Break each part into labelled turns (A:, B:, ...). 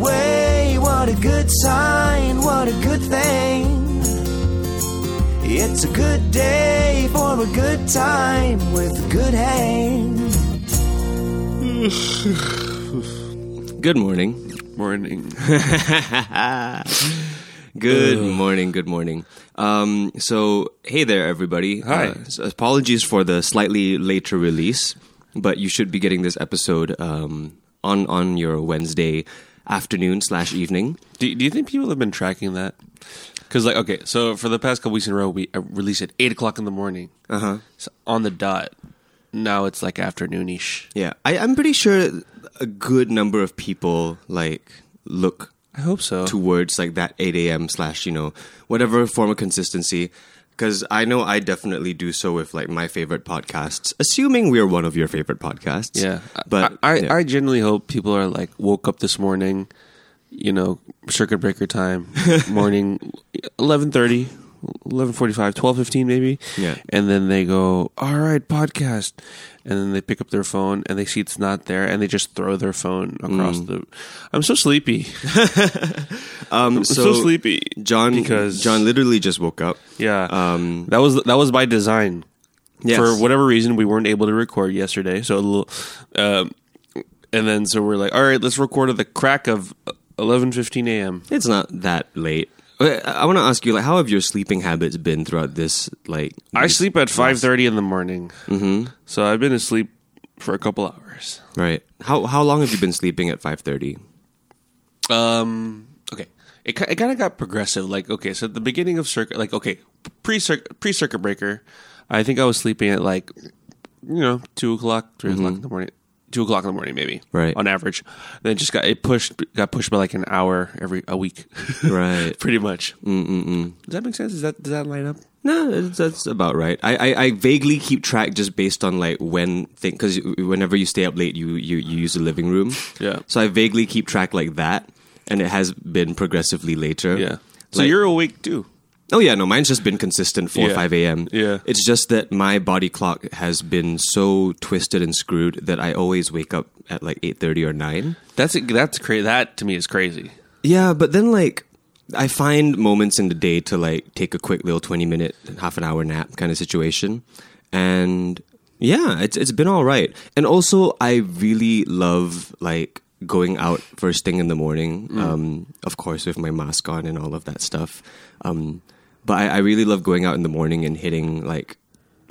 A: way, what a good sign, what a good thing. It's a good day for a good time with a good hang.
B: Good morning.
C: Morning.
B: Good morning. Good morning. Um, so, hey there, everybody.
C: Hi.
B: Uh, so apologies for the slightly later release, but you should be getting this episode um, on on your Wednesday afternoon slash evening.
C: Do, do you think people have been tracking that? Because like, okay, so for the past couple weeks in a row, we uh, release at eight o'clock in the morning. Uh huh. So on the dot. Now it's like afternoonish.
B: Yeah, I, I'm pretty sure a good number of people like look
C: I hope so.
B: towards like that 8 a.m. slash, you know, whatever form of consistency. Because I know I definitely do so with like my favorite podcasts, assuming we're one of your favorite podcasts.
C: yeah,
B: But
C: I, I,
B: yeah.
C: I generally hope people are like woke up this morning. You know, circuit breaker time, morning, 11.30, 11.45, 12.15 maybe.
B: Yeah.
C: And then they go, all right, podcast. And then they pick up their phone and they see it's not there and they just throw their phone across
B: Mm.
C: the... I'm so sleepy.
B: um,
C: I'm so, sleepy.
B: John,
C: because-
B: John literally just woke up.
C: Yeah.
B: Um,
C: that was that was by design.
B: Yes.
C: For whatever reason, we weren't able to record yesterday, so a little, um, and then so we're like, all right, let's record at the crack of eleven fifteen a.m.
B: It's not that late. Uh, I want to ask you, like, how have your sleeping habits been throughout this? Like,
C: I
B: this-
C: sleep at five thirty in the morning, mm-hmm. so I've been asleep for a couple hours.
B: right? How how long have you been sleeping at five thirty?
C: Um, okay, it ki- it kind of got progressive. Like, okay, so at the beginning of circuit, like, okay, pre pre circuit breaker, I think I was sleeping at like, you know, two o'clock, 3 o'clock in the morning, two o'clock in the morning, maybe,
B: Right.
C: on average. Then it just got it pushed, got pushed by like an hour every a week,
B: Right.
C: Pretty much. Mm-mm-mm. Does that make sense? Does that does that line up?
B: No, that's, that's about right. I, I, I vaguely keep track just based on like when thing because whenever you stay up late, you, you you use the living room.
C: Yeah.
B: So I vaguely keep track like that, and it has been progressively later.
C: Yeah. So
B: Like-
C: you're awake too.
B: Oh yeah, no, mine's just been consistent four
C: Yeah.
B: five a.m.
C: Yeah.
B: It's just that my body clock has been so twisted and screwed that I always wake up at like eight thirty or nine.
C: That's that's crazy. That to me is crazy.
B: Yeah, but then like I find moments in the day to like take a quick little twenty minute, half an hour nap kind of situation, and yeah, it's it's been all right. And also, I really love like going out first thing in the morning. Um, of course, with my mask on and all of that stuff. Um, but I, I really love going out in the morning and hitting like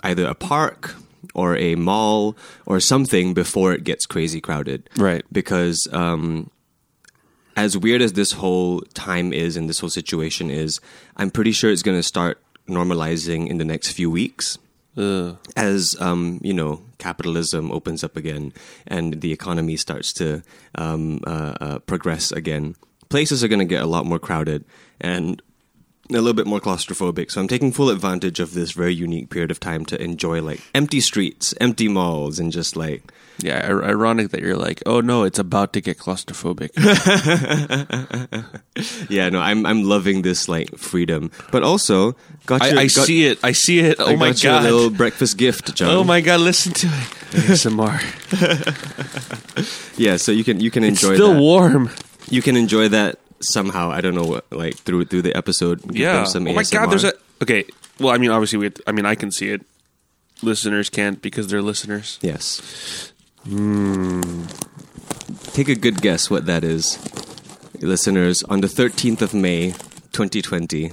B: either a park or a mall or something before it gets crazy crowded.
C: Right.
B: Because um, as weird as this whole time is and this whole situation is, I'm pretty sure it's going to start normalizing in the next few weeks
C: Ugh.
B: as um, you know capitalism opens up again and the economy starts to um, uh, uh, progress again. Places are going to get a lot more crowded and a little bit more claustrophobic. So I'm taking full advantage of this very unique period of time to enjoy like empty streets, empty malls, and just like
C: Yeah, ir- ironic that you're like, oh no, it's about to get claustrophobic.
B: yeah, no, I'm I'm loving this like freedom, but also got
C: I,
B: your,
C: I
B: got-
C: see it. I see it. Oh
B: I
C: my
B: got you a
C: god.
B: little um, breakfast gift, John.
C: Oh my god. Listen to it. ASMR.
B: Yeah, so you can you can
C: it's
B: enjoy
C: still
B: that.
C: warm.
B: you can enjoy that somehow. I don't know what like through through the episode. Give
C: Yeah.
B: them some
C: oh my god.
B: ASMR.
C: There's a. Okay. Well, I mean, obviously, we. Have to- I mean, I can see it. Listeners can't because they're listeners.
B: yes. Take a good guess what that is, listeners. On the thirteenth of May, twenty twenty.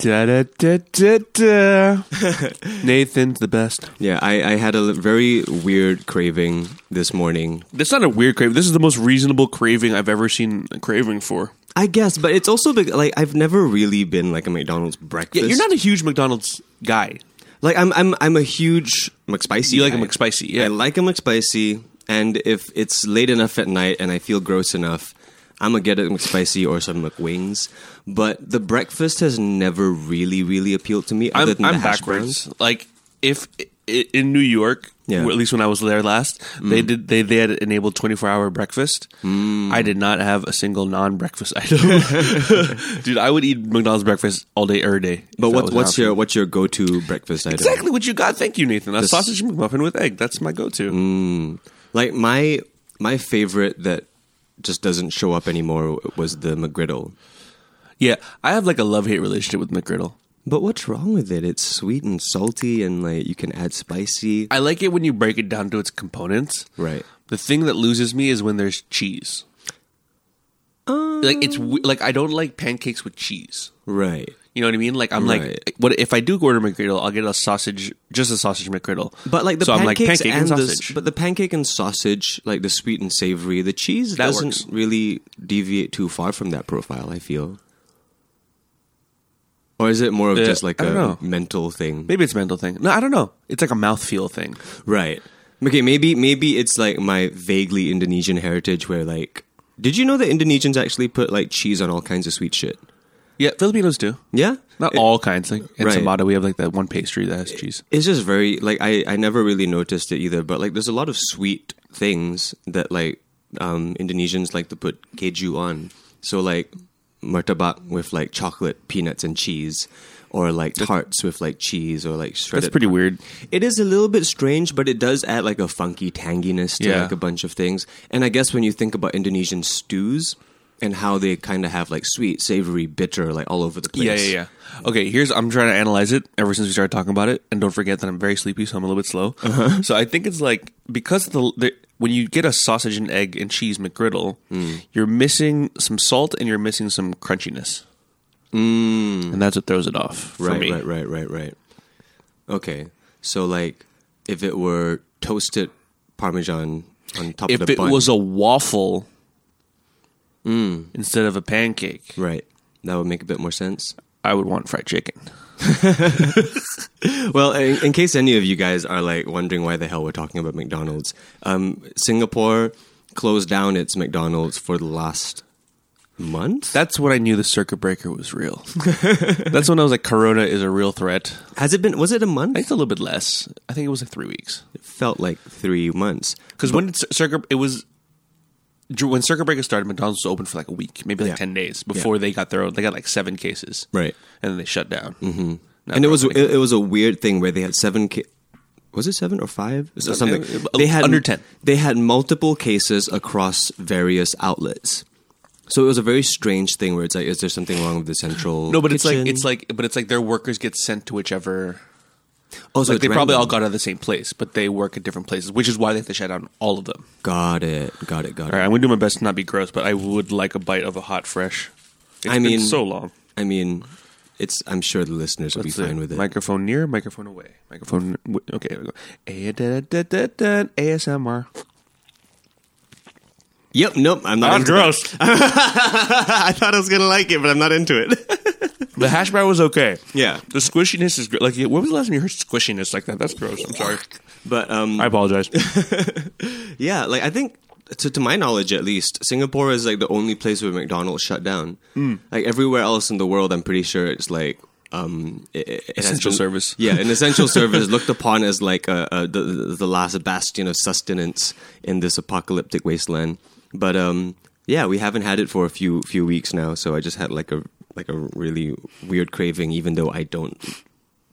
C: Da, da, da, da, da. Nathan's the best.
B: Yeah, I, I had a l- very weird craving this morning.
C: That's not a weird craving. This is the most reasonable craving I've ever seen a craving for.
B: I guess, but it's also big, like I've never really been like a McDonald's breakfast.
C: you're not a huge McDonald's guy.
B: like I'm. I'm. I'm a huge McSpicy.
C: You like a
B: guy.
C: McSpicy, yeah.
B: I like a McSpicy, and if it's late enough at night and I feel gross enough, I'm gonna get a McSpicy or some McWings. But the breakfast has never really, really appealed to me. Other
C: I'm,
B: than the
C: I'm
B: hash
C: backwards.
B: browns.
C: Like if i- in New York,
B: Yeah. Mm.
C: or at least when I was there last, they did they they had enabled 24 hour breakfast. I did not have a single non breakfast item. Dude, I would eat McDonald's breakfast all day, every day. if
B: But
C: that
B: what,
C: was an
B: what's
C: option.
B: your what's your go to breakfast item?
C: exactly what you got? Thank you, Nathan. A sausage McMuffin with egg. That's my go to.
B: Mm. Like my my favorite that just doesn't show up anymore was the McGriddle.
C: Yeah, I have like a love hate relationship with McGriddle.
B: But what's wrong with it? It's sweet and salty, and like you can add spicy.
C: I like it when you break it down to its components.
B: Right.
C: The thing that loses me is when there's cheese. like it's we- like I don't like pancakes with cheese.
B: Right.
C: You know what I mean? Like I'm
B: Right.
C: like, what if I do order McGriddle? I'll get a sausage, just a sausage McGriddle.
B: But like the
C: so I'm like
B: pancakes
C: pancake and
B: and,
C: sausage.
B: the but the pancake and sausage, like the sweet and savory, the cheese
C: That
B: doesn't
C: works.
B: really deviate too far from that profile. I feel. Or is it more of
C: Yeah,
B: just like
C: Uh, I
B: a
C: don't know.
B: mental thing?
C: Maybe it's a mental thing. No, I don't know. It's like a mouthfeel thing.
B: Right. Okay, maybe maybe it's like my vaguely Indonesian heritage where like did you know that Indonesians actually put like cheese on all kinds of sweet shit?
C: Yeah, Filipinos do.
B: Yeah?
C: Not
B: It-
C: all kinds. Like in
B: Right.
C: Samada, we have like that one pastry that has cheese.
B: It's just very like I I never really noticed it either, but like there's a lot of sweet things that like um Indonesians like to put keju on. So like martabak with like chocolate, peanuts and cheese or like tarts with like cheese or like shredded
C: That's pretty weird.
B: It is a little bit strange, but it does add like a funky tanginess to
C: Yeah.
B: like a bunch of things. And I guess when you think about Indonesian stews and how they kind of have like sweet, savory, bitter, like all over the place.
C: Yeah, yeah, yeah. Okay, here's I'm trying to analyze it ever since we started talking about it, and don't forget that I'm very sleepy, so I'm a little bit slow.
B: Uh-huh.
C: So I think it's like because the, the when you get a sausage and egg and cheese McGriddle,
B: Hmm.
C: you're missing some salt and you're missing some crunchiness, mm. and that's what throws it off for
B: Hmm. Right,
C: me.
B: right, right, right, right. Okay, so like if it were toasted parmesan on top of
C: If
B: the
C: it
B: bun,
C: was a waffle
B: Hmm.
C: instead of a pancake,
B: right, that would make a bit more sense.
C: I would want fried chicken.
B: Well, in, in case any of you guys are like wondering why the hell we're talking about McDonald's, um, Singapore closed down its McDonald's for the last month.
C: That's when I knew the circuit breaker was real. that's when I was like, Corona is a real threat.
B: Has it been? Was it a month?
C: I
B: It
C: think it's a little bit less. I think it was like three weeks.
B: felt like three months.
C: Because when it's circuit, it was Dr- when circuit breaker started. McDonald's was open for like a week, maybe like
B: Yeah.
C: ten days before they got their own. They got like seven cases,
B: Right.
C: And then they shut down. Mm-hmm.
B: and it was it, it was a weird thing where they had seven. Ca- was it seven or five? Or something.
C: uh,
B: They had
C: under 10.
B: They had multiple cases across various outlets. So it was a very strange thing where it's like, is there something wrong with the central?
C: no, but it's like
B: kitchen?
C: it's like but it's like their workers get sent to whichever.
B: oh, so
C: Like
B: it's
C: they probably
B: random.
C: all got out of the same place, but they work at different places, which is why they have to shut down all of them.
B: got it, got it, got it.
C: All right, I'm gonna do my best to not be gross, but I would like a bite of a hot fresh. It's
B: I
C: been
B: mean-
C: so long.
B: I mean, it's. I'm sure the listeners will be
C: That's
B: fine with it.
C: Microphone near, microphone away. Microphone. w- Okay, there we go. A- da- da- da- da- da- ASMR.
B: yep. Nope. I'm not.
C: That's
B: into
C: gross.
B: that. I thought I was gonna like it, but I'm not into it.
C: The hash brown was okay.
B: Yeah.
C: The squishiness is gr- like. When was the last time you heard squishiness like that? That's gross. I'm sorry.
B: but um,
C: I apologize.
B: Yeah, like I think to to my knowledge at least, Singapore is like the only place where McDonald's shut down. Like everywhere else in the world, I'm pretty sure it's like um it- it, it has
C: Essential
B: been-
C: service.
B: Yeah, an essential service looked upon as like uh uh the the last bastion of sustenance in this apocalyptic wasteland. But um yeah, we haven't had it for a few few weeks now, so I just had like a like a really weird craving, even though I don't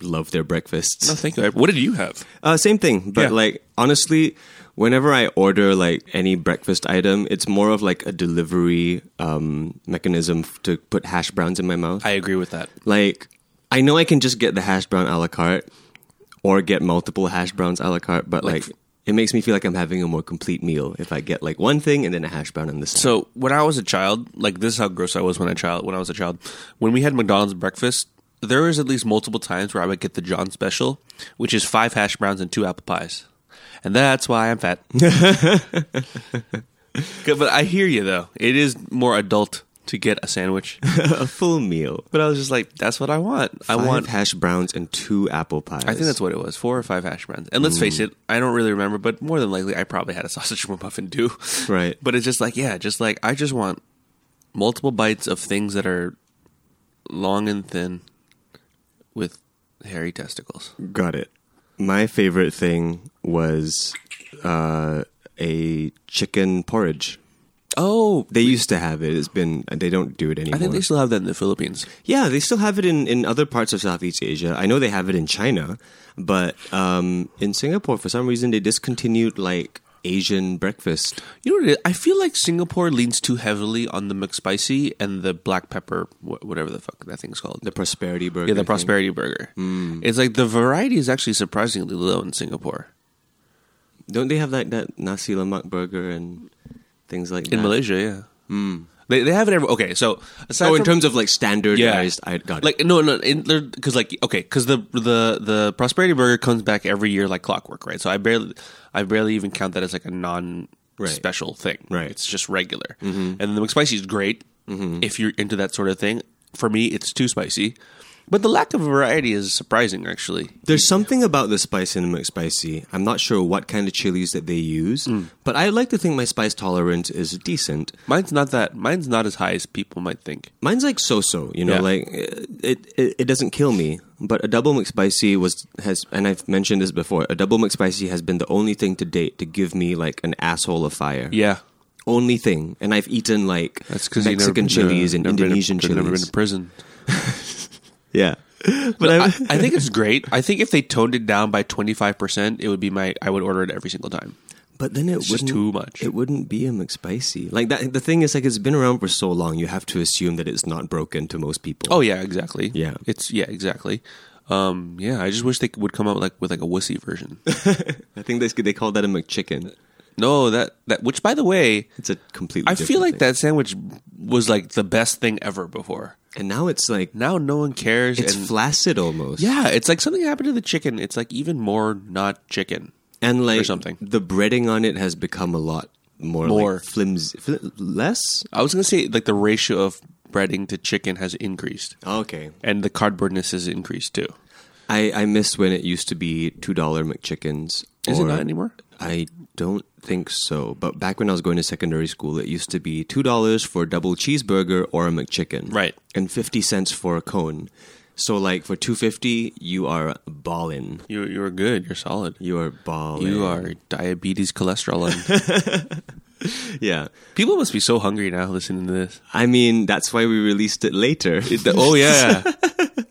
B: love their breakfasts.
C: no, thank you. What did you have?
B: Uh, same thing, but
C: Yeah.
B: like honestly, whenever I order like any breakfast item, it's more of like a delivery um, mechanism f- to put hash browns in my mouth.
C: I agree with that.
B: like I know I can just get the hash brown a la carte or get multiple hash browns a la carte, but like,
C: Like-
B: it makes me feel like I'm having a more complete meal if I get like one thing and then a hash brown on the side.
C: So when I was a child, like this is how gross I was when I child. When I was a child, when we had McDonald's breakfast, there was at least multiple times where I would get the John special, which is five hash browns and two apple pies, and that's why I'm fat. Good, but I hear you though. It is more adult to get a sandwich,
B: a full meal.
C: but I was just like, that's what I want. I
B: Five
C: want.
B: hash browns and two apple pies.
C: I think that's what it was, four or five hash browns. And let's face it, I don't really remember, but more than likely, I probably had a sausage McMuffin too.
B: Right.
C: But it's just like, yeah, just like I just want multiple bites of things that are long and thin with hairy testicles.
B: Got it. My favorite thing was uh, a chicken porridge.
C: Oh,
B: They used to have it. It's been they don't do it anymore.
C: I think they still have that in the Philippines.
B: yeah, they still have it in, in other parts of Southeast Asia. I know they have it in China, but um, in Singapore for some reason they discontinued like Asian breakfast.
C: You know what? It is? I feel like Singapore leans too heavily on the McSpicy and the black pepper, wh- whatever the fuck that thing's called.
B: The prosperity burger.
C: yeah, the
B: thing.
C: prosperity burger. Hmm. It's like the variety is actually surprisingly low in Singapore.
B: Don't they have like that nasi lemak burger and things like that?
C: In Malaysia, yeah. Hmm. They they have it every okay. So aside
B: Oh, in
C: from-
B: terms of like standardized, I got it.
C: like no no because like okay because the the the prosperity burger comes back every year like clockwork right so I barely I barely even count that as like a non
B: Right.
C: special thing
B: Right.
C: it's just regular and the McSpicy is great if you're into that sort of thing for me it's too spicy but the lack of variety is surprising actually
B: There's something about the spice in the McSpicy. I'm not sure what kind of chilies that they use,
C: Mm.
B: but I like to think my spice tolerance is decent.
C: mine's not that mine's not as high as people might think
B: Mine's like so-so, you know,
C: Yeah.
B: like uh, it, it it doesn't kill me. But a double McSpicy was has, and I've mentioned this before. A double McSpicy has been the only thing to date to give me like an asshole of fire.
C: yeah
B: only thing. And I've eaten like
C: that's because
B: Mexican chilies and Indonesian
C: never
B: chilies.
C: been to prison.
B: yeah, but
C: I,
B: I,
C: I think it's great. I think if they toned it down by twenty five percent, it would be my. I would order it every single time.
B: But then it
C: just
B: wouldn't
C: too much.
B: It wouldn't be a McSpicy. Like that. The thing is, like it's been around for so long, you have to assume that it's not broken to most people.
C: Oh yeah, exactly.
B: Yeah.
C: it's yeah, exactly. Um, yeah, I just wish they would come out with like with like a wussy version.
B: I think they they call that a McChicken.
C: no, that that which by the way,
B: It's a completely.
C: I
B: different
C: feel like
B: thing.
C: that sandwich was like the best thing ever before.
B: And now it's like
C: Now no one cares.
B: it's
C: and,
B: flaccid almost.
C: yeah, it's like something happened to the chicken. It's like even more not chicken.
B: and like
C: something.
B: The breading on it has become a lot more
C: More.
B: like flimsy, fl- less.
C: I was gonna say like the ratio of breading to chicken has increased,
B: Okay,
C: and the cardboardness has increased too.
B: I I miss when it used to be two dollar McChickens.
C: Is it
B: or-
C: not anymore?
B: I don't think so. But back when I was going to secondary school, it used to be two dollars for a double cheeseburger or a McChicken,
C: Right.
B: and fifty cents for a cone. So, like for two fifty, you are ballin.
C: You you're good. You're solid.
B: You are ballin.
C: You are diabetes cholesterol. and-
B: yeah.
C: People must be so hungry now listening to this.
B: I mean, that's why we released it later.
C: oh yeah,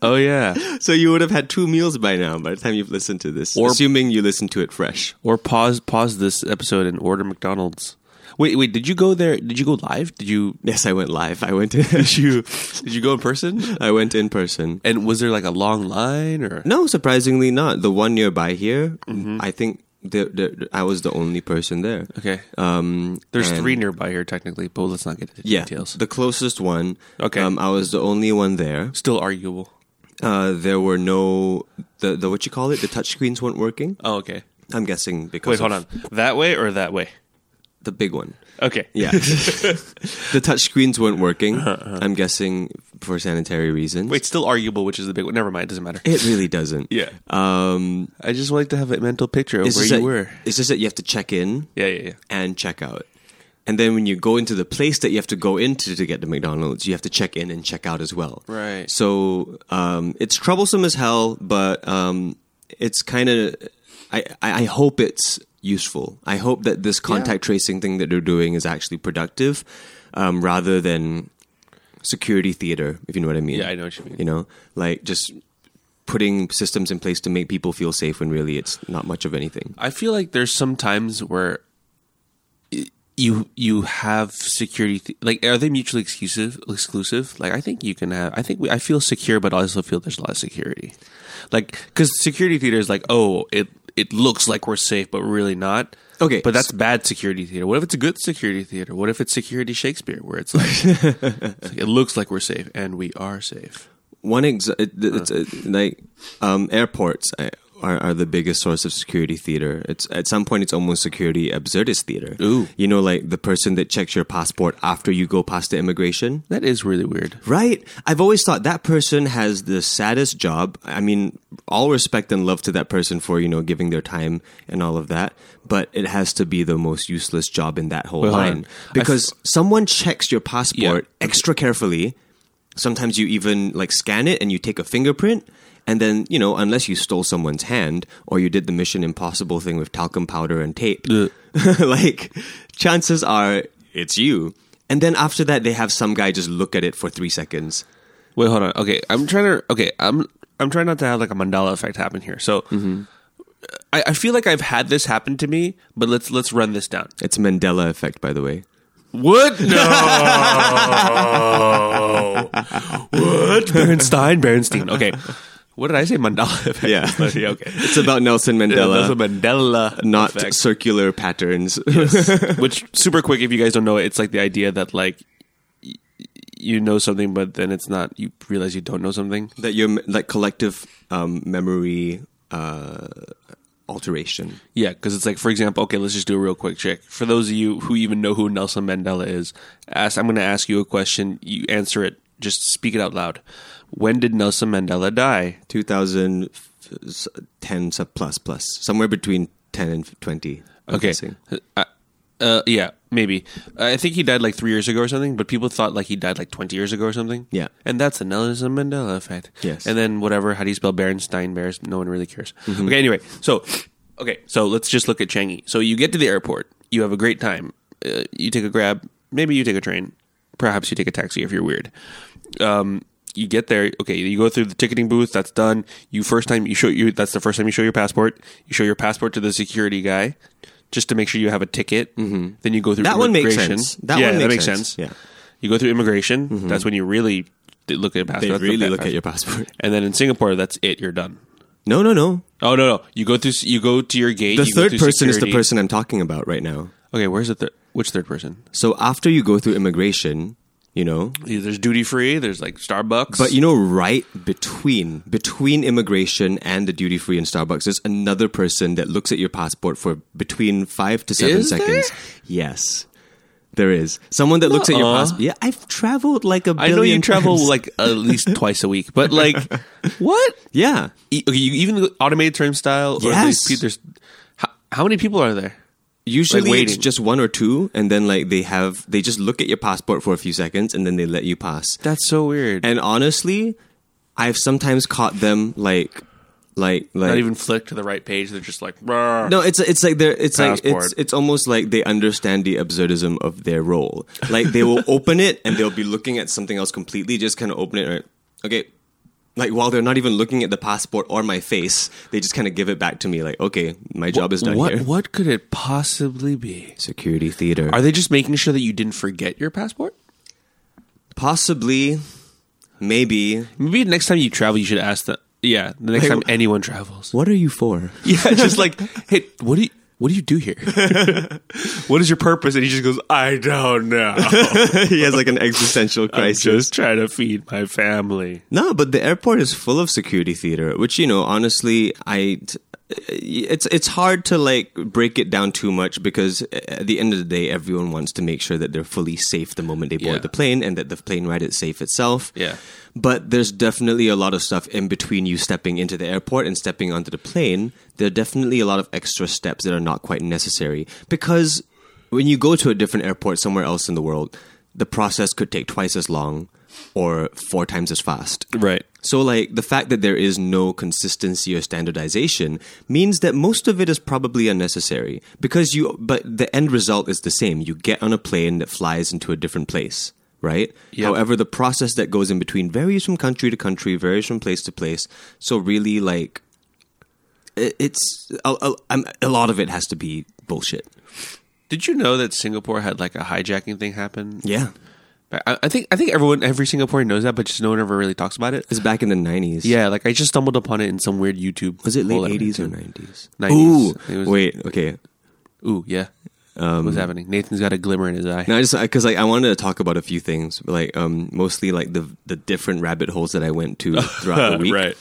C: oh yeah.
B: so you would have had two meals by now by the time you've listened to this,
C: Or-
B: assuming you listened to it fresh.
C: Or pause pause this episode and order McDonald's. Wait wait. Did you go there? Did you go live? Did you
B: Yes, I went live. I went. In,
C: you did you go in person?
B: I went in person.
C: And was there like a long line or?
B: No, surprisingly not. The one nearby here,
C: Mm-hmm.
B: I think the, the, I was the only person there.
C: Okay.
B: Um,
C: There's
B: and-
C: three nearby here technically, but let's not get into
B: Yeah,
C: details.
B: the closest one.
C: Okay.
B: um, I was the only one there.
C: Still arguable.
B: Uh, there were no the the what you call it. The touchscreens weren't working.
C: Oh okay.
B: I'm guessing because
C: Wait, hold
B: of
C: on. That way or that way?
B: the big one.
C: Okay.
B: Yeah, the touchscreens weren't working. I'm guessing for sanitary reasons.
C: Uh-huh, Wait, still arguable, which is the big one. Never mind. It doesn't matter.
B: it really doesn't.
C: Yeah.
B: Um,
C: I just like to have a mental picture of
B: it's
C: where you
B: just that,
C: were.
B: It's just that you have to check in.
C: Yeah, yeah, yeah.
B: and check out. And then when you go into the place that you have to go into to get the McDonald's, you have to check in and check out as well.
C: Right.
B: So um, it's troublesome as hell, but um, it's kind of. I, I I hope it's useful. I hope that this contact tracing thing that they're doing is actually productive, um, rather than security theater. If you know what I mean.
C: Yeah, I know what you mean.
B: You know, like just putting systems in place to make people feel safe when really it's not much of anything.
C: I feel like there's some times where y- you you have security th- like are they mutually exclusive exclusive like i think you can have i think we, i feel secure but I also feel there's a lot of security like because security theater is like oh it it looks like we're safe but we're really not
B: Okay.
C: but that's bad security theater what if it's a good security theater what if it's security shakespeare where it's like, it's like, it looks like we're safe and we are safe
B: one ex- it, it's, it, like um, airports uh, are, are the biggest source of security theater. It's at some point it's almost security absurdist theater.
C: Ooh.
B: you know, like the person that checks your passport after you go past the immigration.
C: That is really weird.
B: Right? I've always thought that person has the saddest job. I mean, all respect and love to that person for, you know, giving their time and all of that, but it has to be the most useless job in that whole
C: Well, hold
B: line.
C: on. I
B: Because someone checks your passport
C: Yeah.
B: extra carefully. Sometimes you even like scan it and you take a fingerprint. And then, you know, unless you stole someone's hand or you did the Mission Impossible thing with talcum powder and tape, like chances are it's you. And then after that, they have some guy just look at it for three seconds.
C: Wait, hold on. Okay, I'm trying to. Okay, I'm I'm trying not to have like a Mandela effect happen here. So, I, I feel like I've had this happen to me, but let's let's run this down.
B: It's Mandela effect, by the way.
C: What? No. what? Bernstein, Bernstein. Okay. What did I say? Mandela effect.
B: Yeah.
C: okay.
B: It's about Nelson
C: Yeah,
B: Mandela,
C: that's a Mandela
B: not
C: effect.
B: circular patterns.
C: which super quick if you guys don't know it it's like the idea that like y- you know something but then it's not you realize you don't know something
B: that your like collective um, memory uh, alteration.
C: yeah because it's like for example okay let's just do a real quick check for those of you who even know who nelson mandela is ask i'm going to ask you a question you answer it just speak it out loud when did nelson mandela die
B: 2010 sub plus plus somewhere between 10 and 20 I'm
C: okay
B: guessing.
C: uh, uh, yeah maybe i think he died like three years ago or something but people thought like he died like 20 years ago or something
B: Yeah.
C: and that's the nelson mandela effect
B: Yes. Mm-hmm.
C: and then whatever how do you spell bernstein bears no one really cares okay anyway so okay so let's just look at changi so you get to the airport you have a great time uh, you take a grab maybe you take a train perhaps you take a taxi if you're weird um you get there okay you go through the ticketing booth that's done you first time you show you that's the first time you show your passport you show your passport to the security guy just to make sure you have a ticket mm-hmm. then you go through
B: That one makes
C: immigration.
B: sense. That
C: yeah,
B: one
C: that
B: makes
C: makes sense.
B: sense. Yeah. Mm-hmm.
C: you go through immigration that's when you really d- look at your passport
B: They
C: That's the
B: really
C: bad
B: look at
C: passport.
B: your passport.
C: and then in singapore that's it you're done
B: No, no, no.
C: oh no no you go through s- you go to your gate
B: The
C: you go
B: third
C: through
B: person is the
C: security.
B: person I'm talking about right now.
C: okay where's the third which third person
B: So after you go through immigration, you know,
C: there's duty free there's like starbucks
B: But you know, right between between immigration and the duty free and Starbucks, there's another person that looks at your passport for between five to seven
C: Is there?
B: seconds. Yes, there is someone that looks at your
C: Nuh-uh.
B: passport. Yeah, I've traveled like a
C: i
B: billion.
C: know you travel
B: times.
C: like at least twice a week but like what
B: yeah.
C: E- okay, you even the automated turnstile or
B: Yes.
C: like, there's how, how many people are there
B: Usually it's
C: waiting.
B: just one or two, and then like they have they just look at your passport for a few seconds, and then they let you pass.
C: that's so weird
B: And honestly, I've sometimes caught them like like like
C: not even flick to the right page they're just like "Rah."
B: No, it's it's like they're it's like
C: Passport.
B: it's it's almost like they understand the absurdism of their role. Like they will open it and they'll be looking at something else completely. Just kind of open it. Right? Okay, like while they're not even looking at the passport or my face, they just kind of give it back to me. Like, okay, my job is done
C: what
B: here.
C: what could it possibly be
B: Security theater.
C: are they just making sure that you didn't forget your passport
B: Possibly, maybe.
C: maybe next time you travel you should ask that yeah the next
B: Like-
C: time anyone travels
B: What are you for?
C: yeah just like hey what do you what do you do here? what is your purpose? And he just goes, I don't know.
B: he has like an existential
C: I'm
B: crisis.
C: just trying to feed my family.
B: No, but the airport is full of security theater, which you know, honestly, I it's it's hard to like break it down too much because at the end of the day, everyone wants to make sure that they're fully safe the moment they board
C: Yeah.
B: the plane and that the plane ride is safe itself.
C: Yeah.
B: But there's definitely a lot of stuff in between you stepping into the airport and stepping onto the plane. There are definitely a lot of extra steps that are not quite necessary because when you go to a different airport somewhere else in the world, the process could take twice as long or four times as fast.
C: Right.
B: So, like, the fact that there is no consistency or standardization means that most of it is probably unnecessary because you, but the end result is the same. You get on a plane that flies into a different place, right?
C: Yep.
B: However, the process that goes in between varies from country to country, varies from place to place. So, really, like, it- it's a, a, I'm- a lot of it has to be bullshit.
C: Did you know that Singapore had like a hijacking thing happen?
B: Yeah.
C: I, I think I think everyone, every Singaporean knows that, but just no one ever really talks about it.
B: It's back in the 90s.
C: Yeah, like I just stumbled upon it in some weird YouTube.
B: Was it late
C: hole that I
B: 80s or
C: went
B: 90s?
C: 90s. It
B: Ooh.
C: was-
B: Wait, okay.
C: to. Ooh, yeah.
B: Um,
C: What's happening? Nathan's got a glimmer in his eye.
B: No, I just because like I wanted to talk about a few things, like um, mostly like the the different rabbit holes that I went to throughout the week.
C: Right.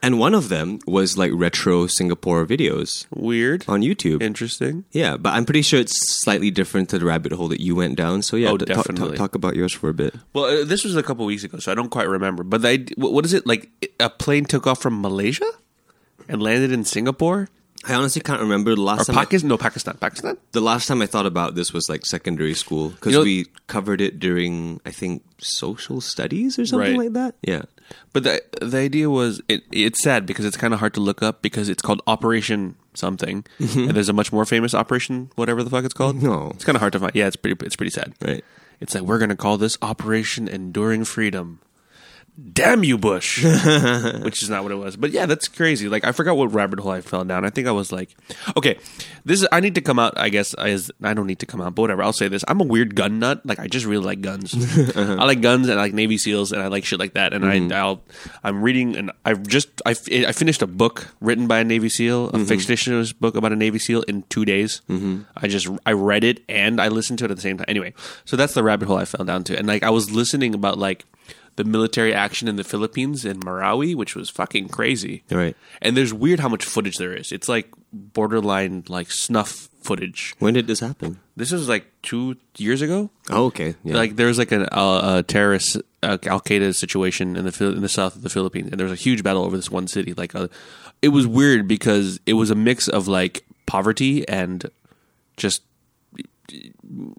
B: And one of them was like retro Singapore videos
C: Weird.
B: on YouTube.
C: Interesting.
B: yeah, but I'm pretty sure it's slightly different to the rabbit hole that you went down. So yeah,
C: Oh,
B: t- talk- talk-
C: definitely.
B: talk about yours for a bit.
C: Well, uh, this was a couple weeks ago, so I don't quite remember. But the id- what what is it like? A plane took off from Malaysia and landed in Singapore
B: I honestly can't remember the last
C: or
B: time. I-
C: Pakistan? No, Pakistan. Pakistan.
B: the last time I thought about this was like secondary school because
C: You know-
B: we covered it during I think social studies or something
C: Right.
B: like that. Yeah,
C: But the the idea was it. It's sad because it's kind of hard to look up because it's called Operation something, and there's a much more famous Operation whatever the fuck it's called.
B: Mm-hmm. No.
C: it's kind of hard to find. Yeah, it's pretty. It's pretty sad.
B: right.
C: It's like we're going to call this Operation Enduring Freedom. Damn you, Bush! Which is not what it was, but yeah, that's crazy. Like I forgot what rabbit hole I fell down. I think I was like, okay, this is. I need to come out. I guess as I don't need to come out, but whatever. I'll say this. I'm a weird gun nut. Like I just really like guns. I like guns and I like Navy SEALs and I like shit like that. And I, I'll. I'm reading and I've just I, f- I finished a book written by a Navy SEAL, a fictitious book about a Navy SEAL in two days. Mm-hmm. I just I read it and I listened to it at the same time. Anyway, so that's the rabbit hole I fell down to. And like I was listening about like the military action in the Philippines and Marawi, which was fucking crazy.
B: Right.
C: And there's weird how much footage there is. It's like borderline like snuff footage.
B: When did this happen?
C: This is like two years ago.
B: Oh, okay. Yeah.
C: Like there was like an, uh, a terrorist uh, Al Qaeda situation in the Phil- in the south of the Philippines, and there was a huge battle over this one city. Like, uh, it was weird because it was a mix of like poverty and just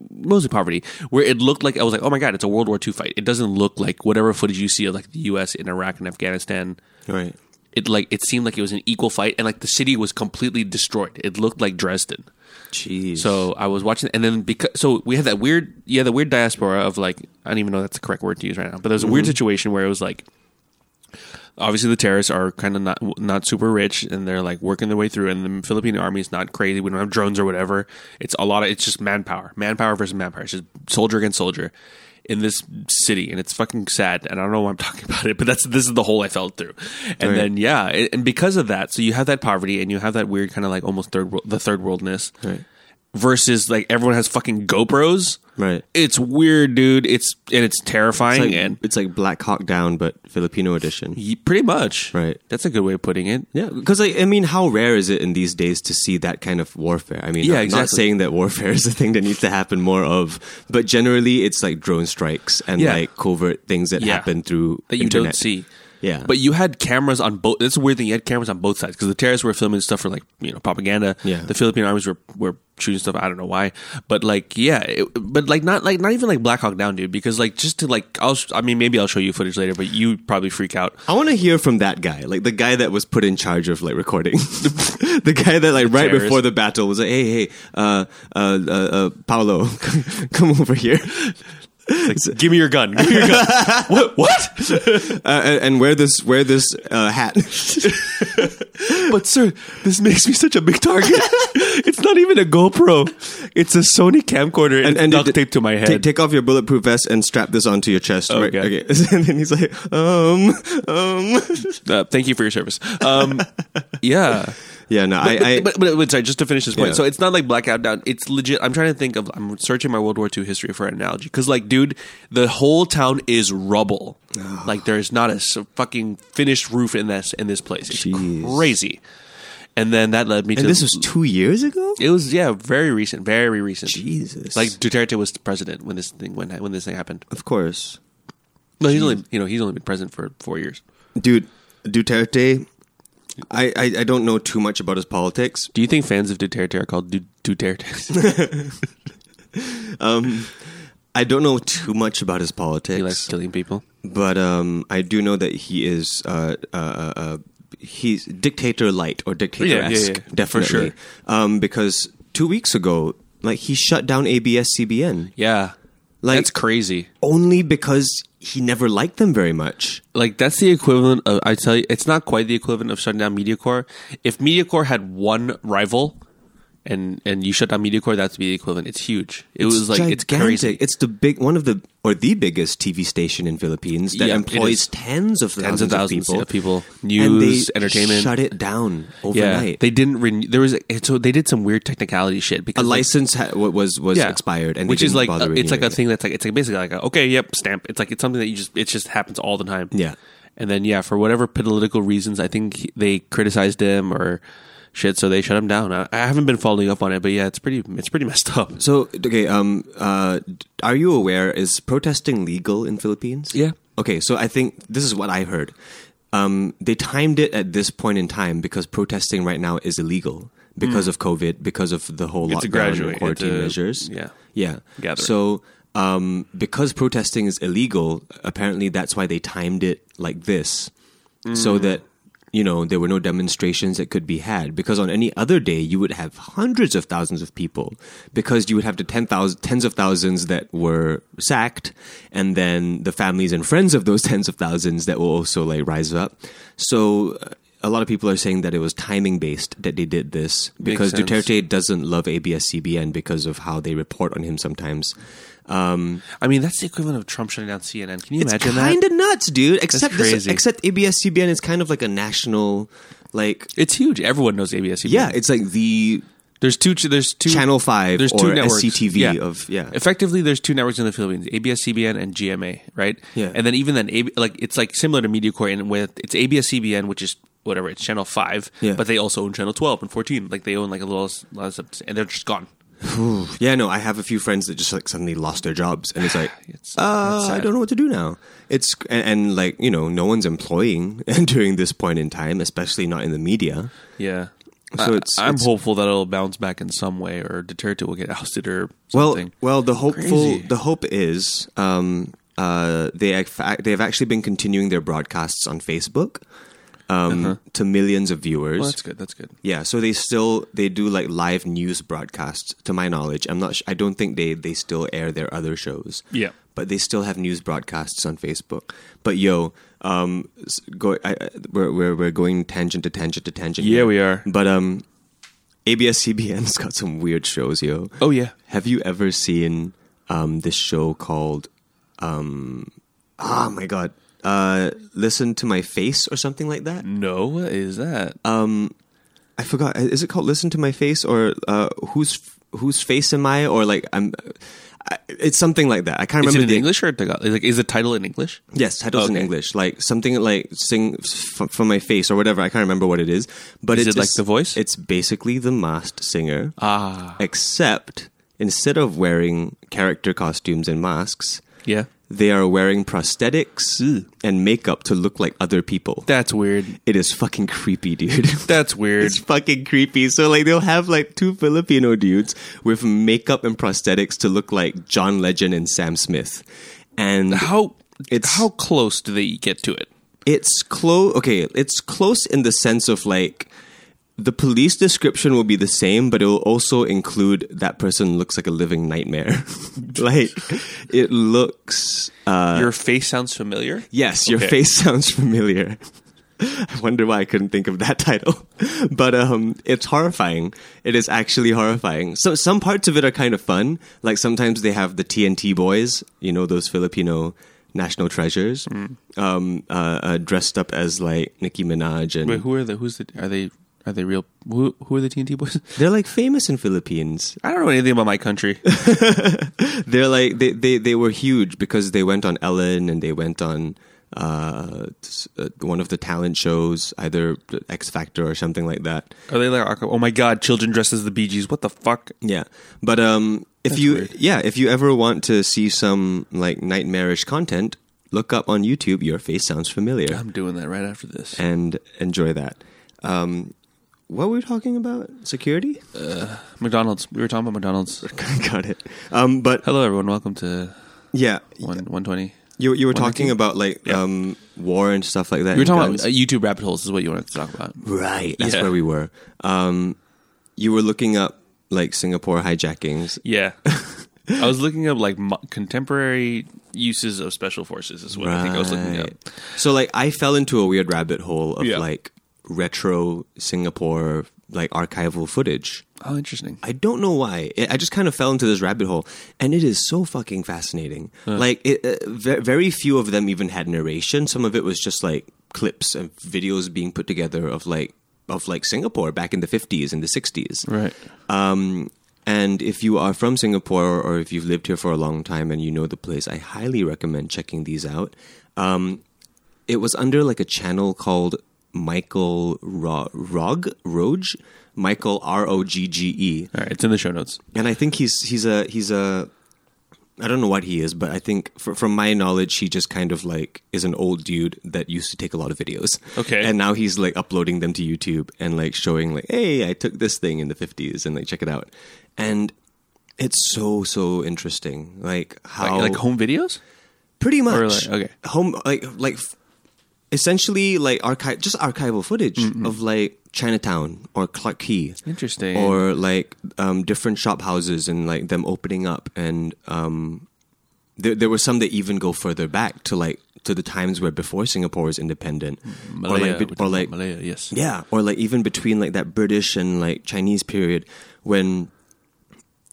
C: mostly poverty, where it looked like I was like, oh my god, it's a World War II fight. It doesn't look like whatever footage you see of like the U.S. in Iraq and Afghanistan
B: right.
C: it like it seemed like it was an equal fight and like the city was completely destroyed it looked like dresden
B: Jeez.
C: so i was watching and then because so we had that weird yeah the weird diaspora of like i don't even know if that's the correct word to use right now but there was a weird situation where it was like obviously the terrorists are kind of not not super rich and they're like working their way through and the philippine army is not crazy we don't have drones or whatever it's a lot of it's just manpower manpower versus manpower it's just soldier against soldier in this city and it's fucking sad and i don't know why i'm talking about it but that's this is the hole i fell through and
B: Right.
C: then yeah it, and because of that so you have that poverty and you have that weird kind of like almost third world the third worldness
B: Right.
C: versus like everyone has fucking gopros
B: Right.
C: it's weird dude it's and it's terrifying
B: It's like,
C: and
B: it's like Black Hawk Down, but Filipino edition.
C: y- pretty much
B: Right.
C: that's a good way of putting it
B: Yeah, because like, I mean, how rare is it in these days to see that kind of warfare? I mean,
C: Yeah,
B: I'm not
C: exactly.
B: saying that warfare is a thing that needs to happen more of, but generally it's like drone strikes and
C: Yeah.
B: like covert things that
C: Yeah.
B: happen through
C: that you don't
B: internet.
C: see.
B: Yeah.
C: But you had cameras on both. That's a weird thing. You had cameras on both sides because the terrorists were filming stuff for like you know propaganda.
B: Yeah.
C: The Philippine armies were were shooting stuff. I don't know why, but like yeah, it, but like not like not even like Black Hawk Down, dude. Because like just to like I'll sh- I mean maybe I'll show you footage later, but you probably freak out.
B: I want to hear from that guy, like the guy that was put in charge of like recording, the guy that like right
C: terrorist.
B: before the battle was like, "Hey, hey, uh, uh, uh, uh Paolo, come, come over here."
C: Like, give me your gun. Give me your gun. what? What?
B: uh, and, and wear this wear this uh, hat.
C: But sir, this makes me such a big target. it's not even a GoPro. It's a Sony camcorder and, duct
B: it-
C: tape to my head.
B: Take, take off your bulletproof vest and strap this onto your chest. Right, okay.
C: Okay.
B: and then he's like, um, um.
C: Uh, thank you for your service. Um, yeah.
B: Yeah, no, I,
C: but,
B: I
C: but, but, but sorry, just to finish this point.
B: Yeah.
C: So it's not like blackout down. It's legit. I'm trying to think of. I'm searching my World War II history for an analogy because, like, dude, the whole town is rubble. Like, there is not a s- fucking finished roof in this in this place. It's
B: Jeez.
C: crazy. And then that led me to
B: and this was two years ago.
C: It was yeah, very recent, very recent.
B: Jesus.
C: like Duterte was the president when this thing when when this thing happened.
B: Of course,
C: No, he's only you know he's only been president for four years.
B: dude, Duterte. I, I, I don't know too much about his politics,
C: Do you think fans of Duterte are called du- Duterte?
B: I don't know too much about his
C: he likes
B: politics,
C: killing people.
B: but um, I do know that he is uh, uh, uh, uh, he's dictator light or dictator esque,
C: yeah, for
B: definitely.
C: sure.
B: Um, because two weeks ago, like he shut down ABS-CBN
C: Yeah,
B: Like-
C: that's crazy.
B: only because he never liked them very much.
C: like that's the equivalent of I tell you, it's not quite the equivalent of shutting down MediaCorp. If MediaCorp had one rival, and and you shut down MediaCorp, that's the equivalent. It's huge. It was like it's
B: gigantic.
C: crazy.
B: It's the big one of the or the biggest TV station in Philippines that
C: Yeah, it
B: employs
C: is.
B: tens of
C: Tens
B: thousands,
C: of thousands,
B: people.
C: yeah, people.
B: and they
C: News, entertainment.
B: Shut it down
C: yeah,
B: overnight.
C: they didn't renew. There was and so they did some weird technicality shit because
B: a
C: like,
B: license ha- wa- was was expired, and they
C: which is
B: didn't
C: like
B: bother
C: uh, it's like
B: renewing
C: a
B: it.
C: thing that's like it's like basically like a, okay, yep, stamp. It's like it's something that you just it just happens all the time.
B: Yeah.
C: and then yeah, for whatever political reasons, I think he- they criticized him or shit, so they shut him down. I, I haven't been following up on it, but yeah, it's pretty it's pretty messed up.
B: So okay, um, uh, d- are you aware is protesting legal in Philippines?
C: Yeah.
B: Okay, so I think this is what I heard. Um, they timed it at this point in time because protesting right now is illegal because of COVID, because of the whole
C: Hmm. It's a
B: lockdown
C: graduate,
B: and quarantine
C: it's a-
B: measures.
C: yeah.
B: yeah.
C: Gathering.
B: So um, because protesting is illegal, apparently that's why they timed it like this, so
C: Mm-hmm.
B: that you know there were no demonstrations that could be had. Because on any other day, you would have hundreds of thousands of people, because you would have the 10,000 tens of thousands that were sacked, and then the families and friends of those tens of thousands that will also like rise up. So. uh, A lot of people are saying that it was timing based that they did this because
C: sense.
B: Duterte doesn't love ABS-CBN because of how they report on him sometimes.
C: I mean, that's the equivalent of Trump shutting down CNN. Can you
B: It's
C: imagine that?
B: kind of nuts, dude. Except this-
C: crazy.
B: except ABS-CBN is kind of like a national, like
C: It's huge. Everyone knows ABS.
B: yeah, it's like the
C: There's two. ch- There's two.
B: Channel 5
C: There's
B: or
C: two networks.
B: SCTV of- yeah.
C: Effectively, there's two networks in the Philippines: ABS-CBN and GMA, right?
B: Yeah.
C: And then even then, AB, like it's like similar to MediaCorp in with it's ABS-CBN, which is whatever it's Channel Five,
B: Yeah.
C: but they also own Channel 12 and 14. Like they own like a little, lot of stuff, and they're just gone.
B: yeah. No, I have a few friends that just like suddenly lost their jobs, and it's like.
C: It's,
B: Uh,
C: that's sad.
B: I don't know what to do now. It's and, and like you know, no one's employing during this point in time, especially not in the media.
C: Yeah.
B: So
C: I-
B: it's-
C: I'm
B: it's-
C: hopeful that it'll bounce back in some way, or Duterte will get ousted, or
B: Well,
C: something.
B: well, the hopeful
C: Crazy.
B: the hope is um, uh, they ac- fa- they have actually been continuing their broadcasts on Facebook um,
C: Uh-huh.
B: to millions of viewers.
C: Well, that's good. That's good.
B: Yeah, so they still they do like live news broadcasts. To my knowledge, I'm not. Sh- I don't think they they still air their other shows.
C: Yeah.
B: but they still have news broadcasts on Facebook. But yo, um, s- go. I, I- we're, we're we're going tangent to tangent to tangent.
C: Yeah,
B: here.
C: we are.
B: But um, ABS-CBN's got some weird shows, yo.
C: Oh yeah.
B: Have you ever seen um, this show called um, Oh my god. Uh, listen to my face or something like that.
C: No, what is that?
B: I forgot. Uh, Is it called "Listen to My Face" or uh, "Whose Whose Face Am I"? Or like I'm, I, it's something like that. I can't
C: is
B: remember
C: it in
B: the
C: English or Tagalog? Like, is the title in English?
B: Yes, titles in
C: Okay.
B: English, like something like "Sing f- from My Face" or whatever. I can't remember what it is, but
C: Is
B: it's
C: it like
B: just-
C: The Voice?
B: It's basically the masked singer,
C: Ah,
B: except instead of wearing character costumes and masks,
C: yeah.
B: they are wearing prosthetics and makeup to look like other people.
C: That's weird.
B: It is fucking creepy, dude.
C: That's weird.
B: It's fucking creepy. So like they'll have like two Filipino dudes with makeup and prosthetics to look like John Legend and Sam Smith. And
C: how
B: It's-
C: how close do they get to it?
B: it's close okay, it's close in the sense of like the police description will be the same, but it will also include that person looks like a living nightmare. like it looks
C: Your face sounds familiar.
B: Yes, your
C: Okay.
B: face sounds familiar. I wonder why I couldn't think of that title. But um it's horrifying. It is actually horrifying. So some parts of it are kind of fun. Like sometimes they have the TNT boys, you know, those Filipino national treasures,
C: Mm.
B: um, uh, uh, dressed up as like Nicki Minaj and
C: Wait, who are the? Who's the? Are they? Are they real? Who who are the TNT boys?
B: they're like famous in Philippines.
C: I don't know anything about my country.
B: They're like they, they they were huge because they went on Ellen and they went on uh, s- uh, one of the talent shows, either X Factor or something like that.
C: Are they like? Oh my god! Children dressed as the Bee Gees. What the fuck?
B: Yeah, but um, if you
C: weird.
B: yeah, if you ever want to see some like nightmarish content, look up on YouTube. Your face sounds familiar,
C: I'm doing that right after this.
B: and enjoy that. Um, what were we talking about? Security?
C: McDonald's. We were talking about McDonald's.
B: Got it. Um, but
C: Hello, everyone. Welcome to
B: yeah,
C: uh, one one twenty.
B: you you were
C: One or
B: talking
C: two?
B: about like
C: Yeah.
B: um war and stuff like that.
C: We were
B: and
C: talking
B: guns.
C: about uh, YouTube rabbit holes. Is what you wanted to talk about.
B: Right. That's
C: Yeah.
B: where we were. Um, you were looking up like Singapore hijackings.
C: Yeah. I was looking up like mo- contemporary uses of special forces is what I think I was looking up.
B: So like I fell into a weird rabbit hole of
C: Yeah.
B: like retro Singapore like archival footage.
C: Oh, interesting.
B: I don't know why. It, I just kind of fell into this rabbit hole, and it is so fucking fascinating. Like, it, uh, ve- very few of them even had narration. Some of it was just like clips and videos being put together of like of like Singapore back in the fifties and the sixties.
C: Right.
B: Um, and if you are from Singapore or if you've lived here for a long time and you know the place, I highly recommend checking these out. Um, it was under like a channel called Michael Ro- Rog Roge, Michael R O G G E,
C: All right. It's in the show notes.
B: and I think he's he's a he's a I don't know what he is, but I think fr- from my knowledge, he just kind of like is an old dude that used to take a lot of videos.
C: Okay.
B: and now he's like uploading them to YouTube and like showing like, hey, I took this thing in the fifties and like check it out, and it's so so interesting. Like
C: Like,
B: how
C: like home videos?
B: pretty much
C: Or, like, okay.
B: home like like f- essentially like archive just archival footage of like Chinatown or Clark Key
C: Mm-hmm. Interesting.
B: or like um, different shop houses and like them opening up and um, there there were some that even go further back to like to the times where before Singapore was independent
C: Mm-hmm. Malaya,
B: or like
C: we're
B: or
C: talking
B: like
C: about Malaya, yes.
B: yeah, or like even between like that British and like Chinese period when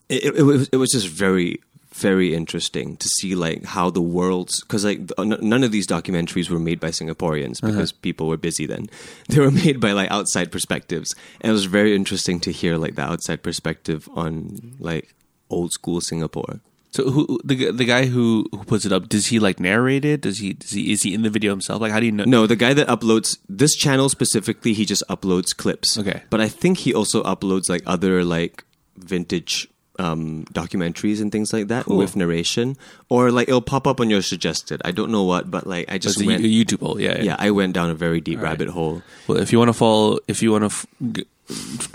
B: it, it, it was it was just very very interesting to see like how the world's because like th- n- none of these documentaries were made by Singaporeans because people were busy then. They were made by like outside perspectives, and it was very interesting to hear like the outside perspective on like old school Singapore.
C: So who the gu- the guy who who puts it up? Does he like narrate it? Does he does he is he in the video himself? Like how do you know?
B: No, the guy that uploads this channel specifically, he just uploads clips.
C: Okay.
B: But I think he also uploads like other like vintage um, documentaries and things like that with narration, or like it'll pop up on your suggested. I don't know what, but like I
C: It's
B: just
C: a,
B: went.
C: Yu- a YouTube hole. Yeah, yeah.
B: yeah, I went down a very deep rabbit hole.
C: Well, if you want to fall, if you want to f- g-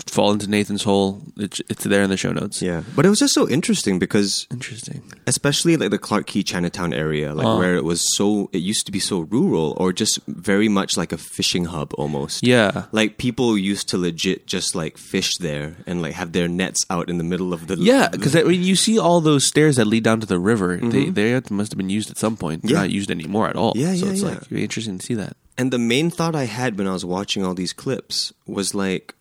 C: fall into Nathan's hole, it's it's there in the show notes.
B: Yeah, but it was just so interesting because,
C: Interesting.
B: especially like the Clark Key Chinatown area, like where it was so, it used to be so rural or just very much like a fishing hub almost.
C: Yeah.
B: like people used to legit just like fish there and like have their nets out in the middle of the
C: Yeah, because I mean, you see all those stairs that lead down to the river. They they had- must have been used at some point. They're
B: Mm-hmm. Yeah.
C: not used anymore at all.
B: Yeah,
C: so
B: yeah,
C: it's
B: yeah.
C: like it'd be interesting to see that.
B: and the main thought i had when i was watching all these clips was like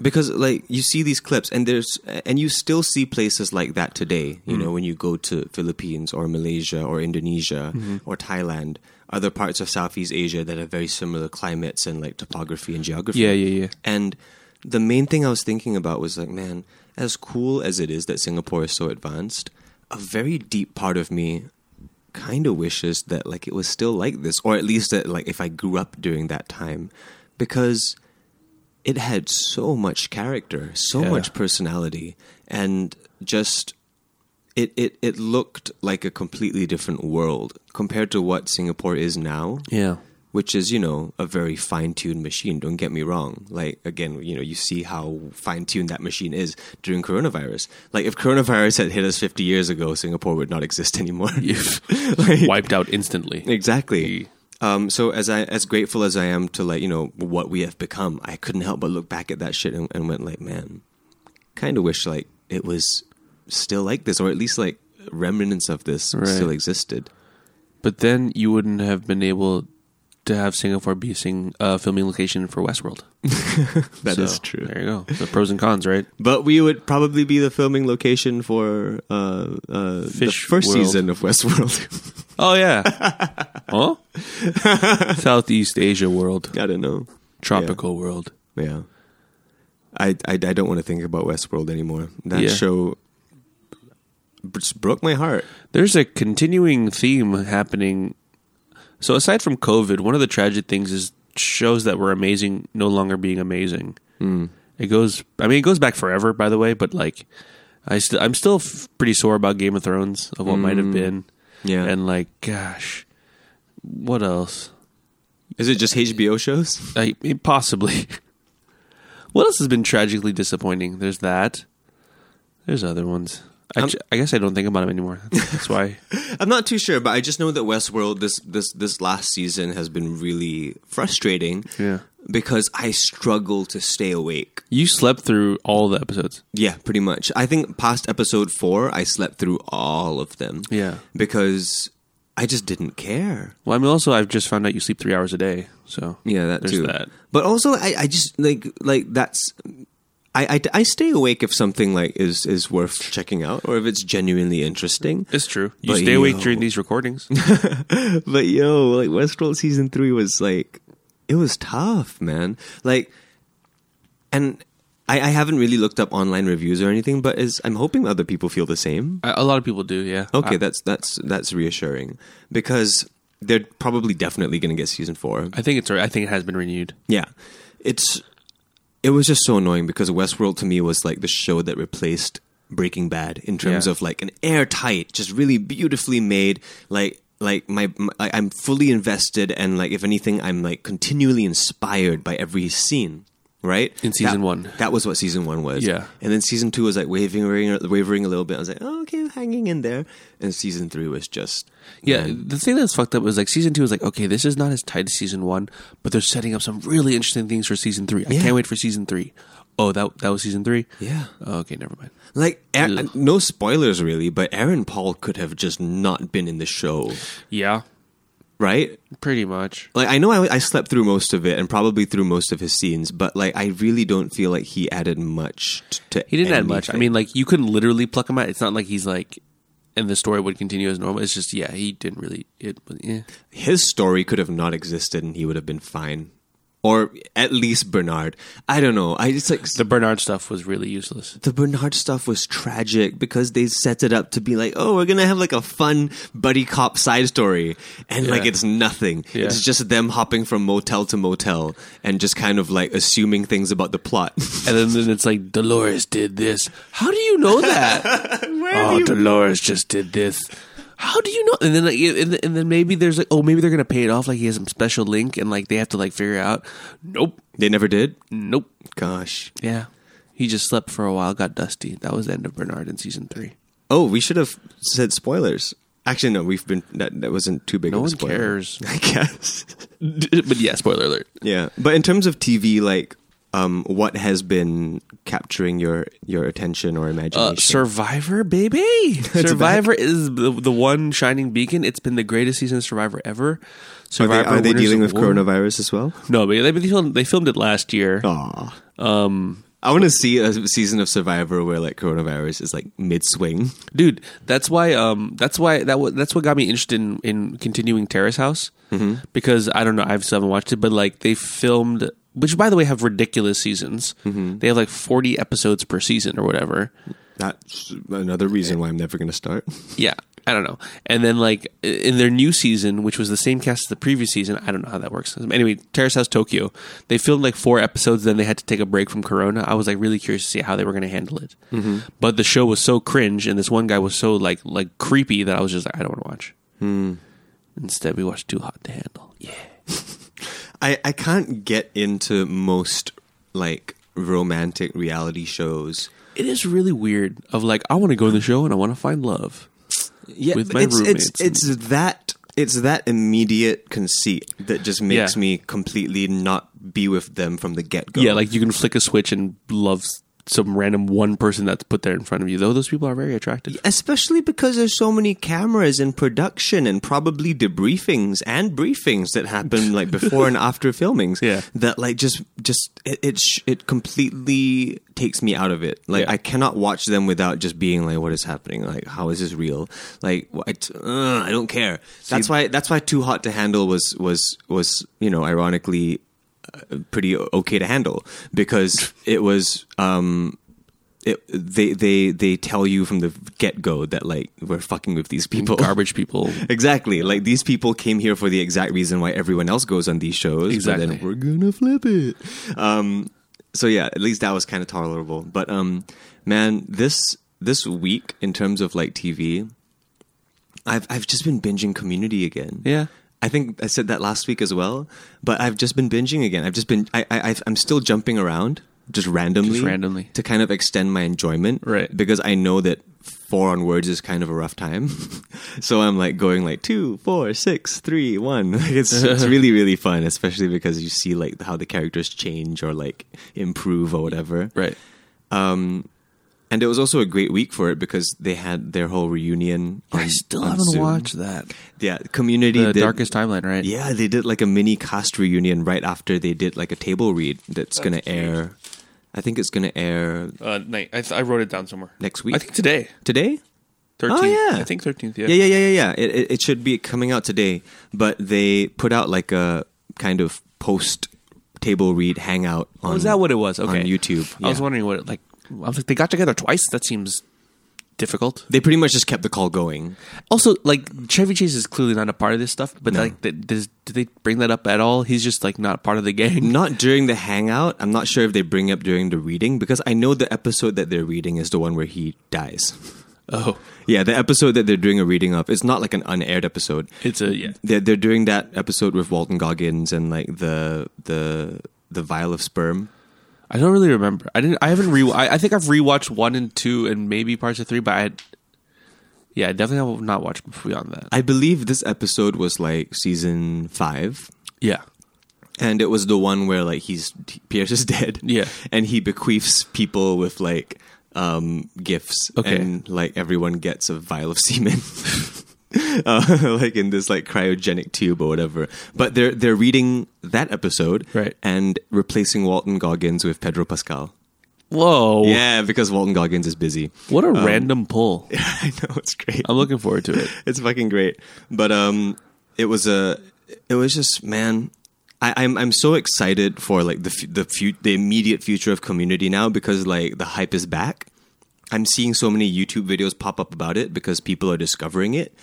B: because like you see these clips and there's and you still see places like that today
C: Mm.
B: you know when you go to philippines or malaysia or indonesia
C: Mm-hmm.
B: or thailand other parts of southeast asia that have very similar climates and like topography and geography
C: Yeah, yeah, yeah.
B: And the main thing I was thinking about was like, man, as cool as it is that Singapore is so advanced, a very deep part of me kind of wishes that like it was still like this, or at least that like if I grew up during that time, because it had so much character, so
C: Yeah.
B: much personality, and just it, it it looked like a completely different world compared to what Singapore is now
C: Yeah.
B: which is you know a very fine-tuned machine don't get me wrong like again you know you see how fine-tuned that machine is during coronavirus like if coronavirus had hit us 50 years ago singapore would not exist anymore Like-
C: Wiped out instantly.
B: exactly um, so as i as grateful as i am to like you know what we have become i couldn't help but look back at that shit and, and went like man kind of wish like it was still like this or at least like remnants of this
C: Right.
B: still existed
C: But then you wouldn't have been able to have Singapore be a sing, uh, filming location for Westworld.
B: That is
C: So, There you go. The pros and cons, right?
B: But we would probably be the filming location for uh, uh, the
C: Fish
B: first
C: World.
B: season of Westworld.
C: Oh yeah. huh? Southeast Asia world,
B: I don't know.
C: tropical world.
B: Yeah. I, I, I don't want to think about Westworld anymore. That
C: Yeah.
B: show just broke my heart.
C: There's a continuing theme happening. So aside from COVID, one of the tragic things is shows that were amazing no longer being amazing.
B: Hmm.
C: Mm. It goes. I mean, it goes back forever, by the way. But like, I still, I'm still f- pretty sore about Game of Thrones of what might have been.
B: Hmm. Yeah.
C: and like, gosh, what else?
B: Is it just HBO shows?
C: I, I- possibly. what else has been tragically disappointing? There's that. There's other ones. I,
B: Um,
C: ju- I guess I don't think about them anymore. That's, that's why.
B: I'm not too sure, but I just know that Westworld this this this last season has been really frustrating.
C: Yeah.
B: Because I struggle to stay awake.
C: You slept through all the episodes.
B: Yeah, pretty much. I think past episode four, I slept through all of them.
C: Yeah.
B: Because I just didn't care.
C: Well, I mean, also I've just found out you sleep three hours a day. So
B: Yeah, that
C: there's
B: too.
C: that.
B: But also, I, I just like like that's I, I, I stay awake if something like is is worth checking out or if it's genuinely interesting.
C: It's true. You
B: But,
C: stay awake
B: yo.
C: during these recordings.
B: But yo, like Westworld season three was like, it was tough, man. Like, and I, I haven't really looked up online reviews or anything, but is I'm hoping other people feel the same.
C: A a lot of people do, yeah.
B: Okay,
C: I,
B: that's that's that's reassuring because they're probably definitely going to get season four.
C: I think it's right. I think it has been renewed.
B: Yeah, it's it was just so annoying because Westworld to me was like the show that replaced Breaking Bad in terms
C: Yeah.
B: of like an airtight, just really beautifully made. Like like my, my I- I'm fully invested and like if anything I'm like continually inspired by every scene. Right
C: In season
B: That-
C: one.
B: that was what season one was.
C: Yeah.
B: and then season two was like wavering, wavering a little bit. I was like, oh, okay, hanging in there. And season three was just
C: Yeah,
B: man,
C: the thing that's fucked up was like season two was like, okay, this is not as tight as season one, but they're setting up some really interesting things for season three. I
B: Yeah.
C: can't wait for season three. Oh, that that was season three.
B: Yeah.
C: Okay, never mind.
B: Like, Aa- no spoilers really, but Aaron Paul could have just not been in the show,
C: Yeah,
B: right?
C: pretty much.
B: Like, I know I, I slept through most of it and probably through most of his scenes, but like, I really don't feel like he added much t- to.
C: He didn't add much. I mean, like you could literally pluck him out. It's not like he's like, and the story would continue as normal. It's just yeah, he didn't really. It was- yeah.
B: his story could have not existed, and he would have been fine, or at least Bernard. I don't know. I just like
C: the Bernard stuff was really useless.
B: the Bernard stuff was tragic because they set it up to be like, oh, we're gonna have like a fun buddy cop side story, and like
C: Yeah.
B: it's nothing.
C: Yeah.
B: It's just them hopping from motel to motel and just kind of like assuming things about the plot.
C: And then, then it's like Dolores did this. How do you know that? oh, Dolores just did this. How do you know? And then, like, and, and then maybe there's like, oh, maybe they're gonna pay it off. Like he has some special link, and like they have to like figure out. Nope,
B: they never did.
C: nope.
B: Gosh.
C: Yeah, he just slept for a while, got dusty. That was the end of Bernard in season three.
B: Oh, we should have said spoilers. Actually, no, we've been that that wasn't too big.
C: No
B: of a
C: one
B: spoiler.
C: cares.
B: I guess.
C: but yeah, spoiler alert.
B: Yeah, but in terms of TV, like, um, what has been capturing your your attention or imagination?
C: Uh, Survivor, baby. Survivor is the, the one shining beacon. It's been the greatest season of Survivor ever.
B: are they,
C: Survivor
B: are they
C: winners
B: dealing with
C: award.
B: coronavirus as well?
C: No, but they, they filmed they filmed it last year.
B: Aw. Um, I want to see a season of Survivor where like coronavirus is like mid swing.
C: Dude, that's why um that's why that wa- that's what got me interested in, in continuing Terrace House
B: Mm-hmm.
C: because I don't know I still haven't watched it but like they filmed which by the way have ridiculous seasons.
B: Mm-hmm.
C: They have like 40 episodes per season or whatever.
B: That's another reason why I'm never going to start.
C: Yeah, I don't know. And then like i- in their new season, which was the same cast as the previous season, I don't know how that works. Anyway, Terrace House Tokyo, they filmed like four episodes, then they had to take a break from Corona. I was like really curious to see how they were going to handle it.
B: Mm-hmm.
C: But the show was so cringe, and this one guy was so like like creepy that I was just like, I don't want to watch.
B: Hmm.
C: Instead, we watched Too Hot to Handle. Yeah,
B: I I can't get into most like romantic reality shows.
C: it is really weird. Of like, I want to go in the show and I want to find love.
B: Yeah,
C: With my
B: it's
C: roommates
B: it's it's that it's that immediate conceit that just makes
C: Yeah.
B: me completely not be with them from the get go.
C: Yeah, like you can flick a switch and love some random one person that's put there in front of you. Though those people are very attractive.
B: especially because there's so many cameras in production and probably debriefings and briefings that happen like before and after filmings
C: Yeah.
B: that like just just it it, sh- it completely takes me out of it like
C: Yeah.
B: i cannot watch them without just being like what is happening like how is this real like wh- I, t- uh, I don't care that's why that's why too hot to handle was was was you know ironically uh, pretty o- okay to handle because it was um it, they they they tell you from the get go that like we're fucking with these people.
C: garbage people.
B: Exactly. Like these people came here for the exact reason why everyone else goes on these shows. But
C: Exactly.
B: then we're gonna flip it. Um. So yeah, at least that was kind of tolerable. But um, man, this this week in terms of like TV, I've I've just been binging Community again.
C: Yeah.
B: I think I said that last week as well. But I've just been binging again. I've just been I I I've, I'm still jumping around just randomly
C: Just randomly.
B: to kind of extend my enjoyment
C: Right.
B: because I know that four on words is kind of a rough time. so I'm like going like two, four, six, three, one. Like it's it's really really fun, especially because you see like how the characters change or like improve or whatever.
C: Right.
B: And it was also a great week for it because they had their whole reunion. On,
C: I still
B: on
C: haven't
B: Zoom.
C: watched that.
B: Yeah, community
C: The
B: did-
C: darkest timeline, right?
B: Yeah, they did like a mini cast reunion right after they did like a table read that's, gonna air I think it's going to air
C: Uh, night. I, th- I wrote it down somewhere.
B: Next week?
C: I think today.
B: today.
C: 13th.
B: yeah.
C: I think 13th, Oh, yeah.
B: Yeah, yeah, yeah, yeah, yeah. It, it, it should be coming out today, but they put out like a kind of post table read hangout on.
C: Oh, is that what it was? Okay.
B: on YouTube?
C: I was
B: Yeah.
C: wondering what, it, like, I was like, they got together twice? That seems difficult.
B: They pretty much just kept the call going.
C: Also, like, Chevy Chase is clearly not a part of this stuff, but,
B: No.
C: like, th- does, do they bring that up at all? He's just, like, not part of the gang.
B: Not during the hangout. I'm not sure if they bring up during the reading because I know the episode that they're reading is the one where he dies.
C: Oh.
B: Yeah, the episode that they're doing a reading of. It's not like an unaired episode.
C: It's a, yeah.
B: They're they're doing that episode with Walton Goggins and like the the the vial of sperm.
C: I don't really remember. I didn't. I haven't re. I, I think I've rewatched one and two, and maybe parts of three. But I, yeah, I definitely have not watched beyond that.
B: I believe this episode was like season five.
C: yeah,
B: and it was the one where like he's Pierce is dead.
C: Yeah.
B: and he bequeaths people with like um gifts.
C: Okay.
B: and like everyone gets a vial of semen. Uh, like in this like cryogenic tube or whatever, but they're they're reading that episode
C: Right.
B: and replacing Walton Goggins with Pedro Pascal.
C: Whoa.
B: Yeah, because Walton Goggins is busy.
C: What a random pull.
B: I know it's great
C: I'm looking forward to it.
B: it's fucking great. But um, it was a, it was just man, I, I'm I'm so excited for like the fu- the fu- the immediate future of community now because like the hype is back. I'm seeing so many YouTube videos pop up about it because people are discovering it.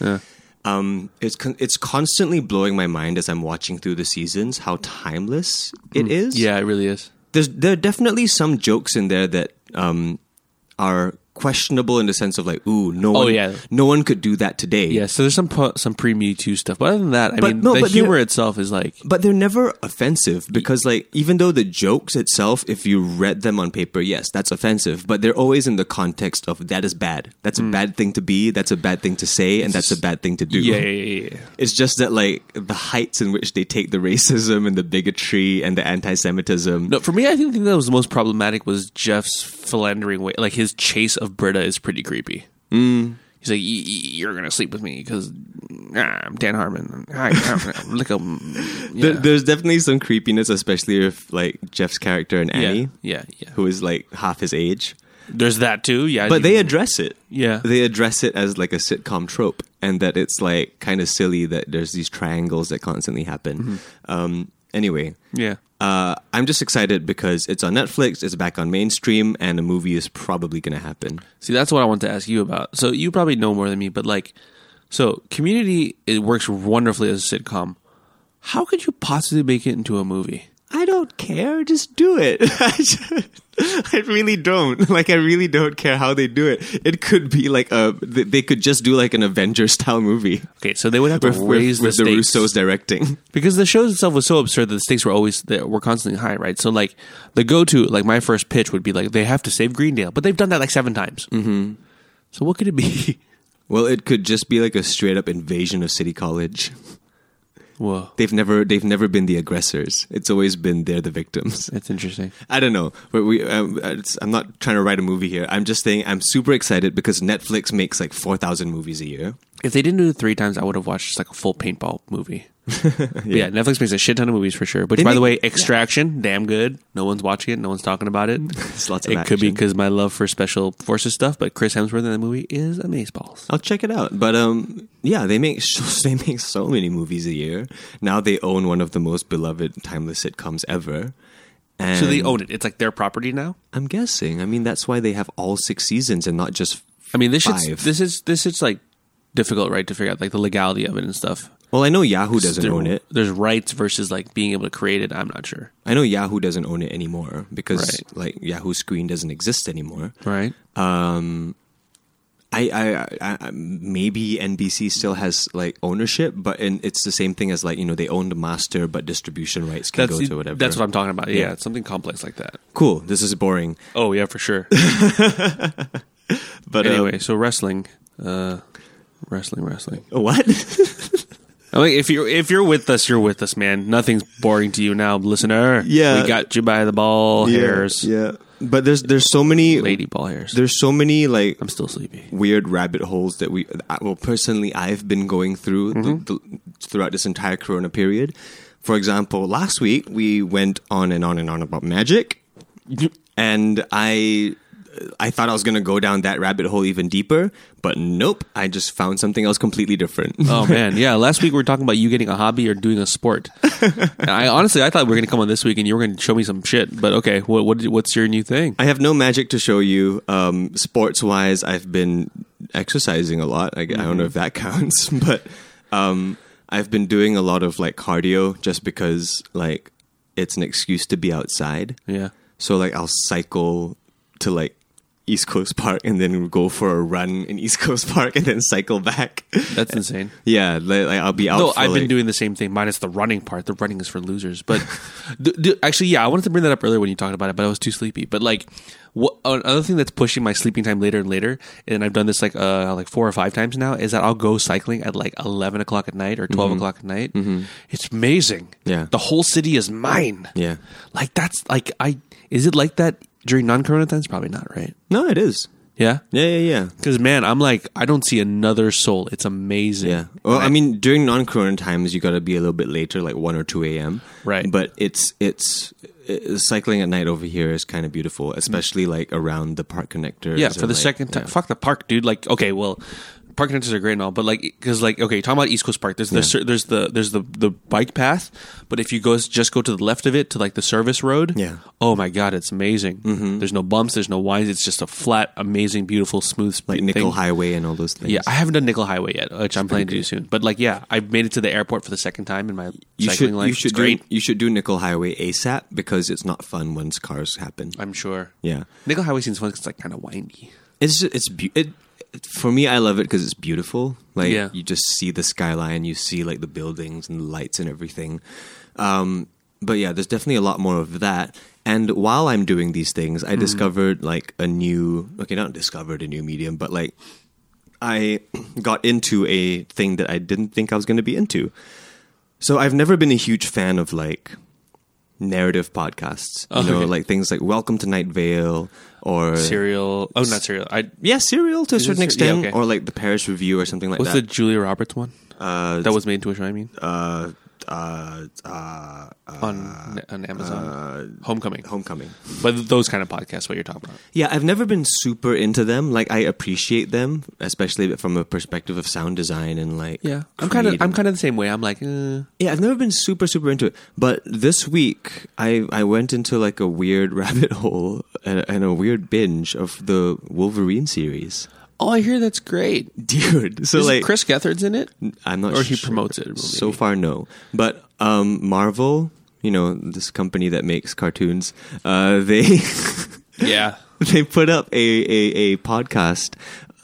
B: Um, it's con- it's constantly blowing my mind as I'm watching through the seasons how timeless it is
C: Hmm. Yeah, it really is.
B: there's there are definitely some jokes in there that um, are questionable in the sense of like, ooh, no one,
C: Oh, yeah.
B: no one could do that today.
C: Yeah. So there's some po- some pre Me Too stuff, but other than that, I
B: But
C: mean,
B: no,
C: the
B: but they're-
C: humor itself is like
B: But they're never offensive because, like, even though the jokes itself, if you read them on paper, yes, that's offensive. But they're always in the context of that is bad. That's
C: Mm.
B: a bad thing to be. That's a bad thing to say, and that's a bad thing to do.
C: yeah, yeah, yeah, yeah.
B: It's just that, like, the heights in which they take the racism and the bigotry and the anti-Semitism.
C: No, for me, I think the thing that was most problematic was Jeff's philandering way. Like his chase of Britta is pretty creepy. Mm. He's like, "Y- y- "You're gonna sleep with me because I'm Dan Harmon. I, I, I'm like a
B: There-
C: yeah.
B: There's definitely some creepiness, especially with like Jeff's character and
C: yeah,
B: Annie.
C: yeah, yeah.
B: who is like half his age.
C: There's that too. Yeah,
B: But they address it.
C: Yeah.
B: They address it as like a sitcom trope and that it's like kind of silly that there's these triangles that constantly happen.
C: Mm-hmm.
B: Um, anyway,
C: yeah.
B: uh, I'm just excited because it's on Netflix, it's back on mainstream, and a movie is probably going to happen.
C: See, that's what I want to ask you about. So you probably know more than me, but like, so Community it works wonderfully as a sitcom. How could you possibly make it into a movie?
B: I don't care. Just do it. I just- I really don't. Like, I really don't care how they do it. It could be like a, th- they could just do like an Avengers style movie
C: Okay, so they would have to
B: with,
C: raise
B: with, with the
C: the stakes.
B: Russos directing.
C: because the show itself was so absurd that the stakes were always they were constantly high, right? So like the go to like my first pitch would be like they have to save Greendale, but they've done that like seven times. Mm-hmm. So what could it be?
B: Well, it could just be like a straight up invasion of City College.
C: Whoa,
B: They've never they've never been the aggressors. It's always been they're the victims.
C: that's interesting.
B: I don't know, but we um, it's, I'm not trying to write a movie here. I'm just saying I'm super excited because Netflix makes like four thousand movies a year.
C: If they didn't do it three times, I would have watched just like a full paintball movie. yeah. yeah, Netflix makes a shit ton of movies for sure. Which,
B: They
C: by the way,
B: make-
C: Extraction, damn good. No one's watching it. No one's talking about it.
B: There's lots of
C: it could be
B: action.
C: because my love for special forces stuff, but Chris Hemsworth in the movie is amazeballs.
B: I'll check it out. But um, yeah, they make so, they make so many movies a year. Now they own one of the most beloved timeless sitcoms ever. And
C: So they own it. It's like their property now.
B: I'm guessing. I mean, that's why they have all six seasons and not just.
C: I mean, this shit's,
B: Five.
C: this is this is like difficult, right, to figure out like the legality of it and stuff.
B: Well, I know Yahoo doesn't own it.
C: There's rights versus like being able to create it. I'm not sure.
B: I know Yahoo doesn't own it anymore because
C: Right.
B: like Yahoo Screen doesn't exist anymore.
C: Right.
B: I, I, I, I maybe NBC still has like ownership, but and it's the same thing as like you know they own the master, but distribution rights can
C: That's
B: go to whatever.
C: that's what I'm talking about. Yeah,
B: Yeah.
C: it's something complex like that.
B: cool. This is boring,
C: Oh yeah, for sure.
B: but uh,
C: anyway, so wrestling, uh, wrestling, wrestling.
B: what?
C: I mean, if you're if you're with us, you're with us, man. Nothing's boring to you now, listener.
B: Yeah.
C: we got you by the ball hairs,
B: yeah. But there's there's so many
C: lady ball hairs.
B: there's so many like
C: I'm still sleepy.
B: weird rabbit holes that we I- well personally I've been going through the, the, throughout this entire corona period. For example, last week we went on and on and on about magic and I uh, I thought I was gonna go down that rabbit hole even deeper, but nope. I just found something else completely different.
C: Oh man, yeah. Last week we were talking about you getting a hobby or doing a sport. And I honestly, I thought we were going to come on this week and you were going to show me some shit. But okay, what, what what's your new thing?
B: I have no magic to show you. Um, sports wise, I've been exercising a lot. I, I don't
C: Mm-hmm.
B: know if that counts, but um, I've been doing a lot of like cardio just because like it's an excuse to be outside.
C: Yeah.
B: So like I'll cycle to like East Coast Park and then go for a run in East Coast Park and then cycle back.
C: That's insane.
B: yeah, like, like, I'll be out.
C: No,
B: for,
C: I've been
B: like-
C: doing the same thing, minus the running part. The running is for losers. But d- d- actually, yeah, I wanted to bring that up earlier when you talked about it, but I was too sleepy. But like, what, another thing that's pushing my sleeping time later and later, and I've done this like uh, like four or five times now, is that I'll go cycling at like eleven o'clock at night or 12 o'clock at night. It's amazing.
B: Mm-hmm. Yeah.
C: the whole city is mine.
B: Yeah.
C: like that's like I is it like that during non-corona times? Probably not, right?
B: No, it is.
C: Yeah.
B: Yeah, yeah, yeah.
C: Because man, I'm like I don't see another soul. It's amazing.
B: Yeah. Well, I mean, during non-corona times, you got to be a little bit later, like one or two a.m.
C: Right.
B: But it's it's uh, cycling at night over here is kind of beautiful, especially like around the park connector.
C: Yeah, for the second time. Fuck the park, dude. Like, okay, well, park connectors are great and all, but like, because like, okay, talking about East Coast Park, there's the the there's the there's the the bike path, but if you go just go to the left of it to like the service road,
B: Yeah. Mm-hmm.
C: oh my god, it's amazing. There's no bumps, there's no winds, it's just a flat, amazing, beautiful, smooth, sp-
B: like Nickel
C: thing.
B: Highway and all those things.
C: Yeah, I haven't done Nickel Highway yet, which I'm planning to do soon. But like, yeah, I've made it to the airport for the second time in my
B: You
C: cycling
B: should,
C: life.
B: you should
C: it's great.
B: do you should do Nickel Highway ASAP because it's not fun once cars happen.
C: I'm sure.
B: Yeah,
C: Nickel Highway seems fun 'cause it's like kind of windy.
B: it's it's beau- it, it- for me. I love it because it's beautiful. Like
C: Yeah.
B: you just see the skyline, you see like the buildings and the lights and everything. Um, but yeah, there's definitely a lot more of that. And while I'm doing these things,
C: Mm-hmm.
B: I discovered like a new okay, not discovered a new medium, but like I got into a thing that I didn't think I was going to be into. So I've never been a huge fan of like narrative podcasts, you
C: Oh,
B: know,
C: okay.
B: like things like Welcome to Night Vale or
C: Serial? Oh, not serial. I
B: yeah, Serial to a certain
C: ser- yeah,
B: extent,
C: okay.
B: or like the Paris Review or something like
C: What's the
B: that.
C: Julia Roberts one? Uh, that was my intuition. I mean,
B: uh, uh, uh, uh,
C: on on Amazon, Homecoming,
B: Homecoming.
C: but those kind of podcasts. What you're talking about?
B: Yeah, I've never been super into them. Like I appreciate them, especially from a perspective of sound design and like
C: I'm kind of
B: creating-
C: I'm kind of the same way. I'm like, eh.
B: Yeah, I've never been super super into it, but this week I I went into like a weird rabbit hole and, and a weird binge of the Wolverine series,
C: oh, I hear that's great.
B: dude. So
C: Is
B: like
C: Chris Gethard's in it,
B: I'm not
C: or he
B: sure.
C: promotes it. maybe.
B: So far, no. But um, Marvel, you know, this company that makes cartoons, uh, they
C: yeah,
B: they put up a a, a podcast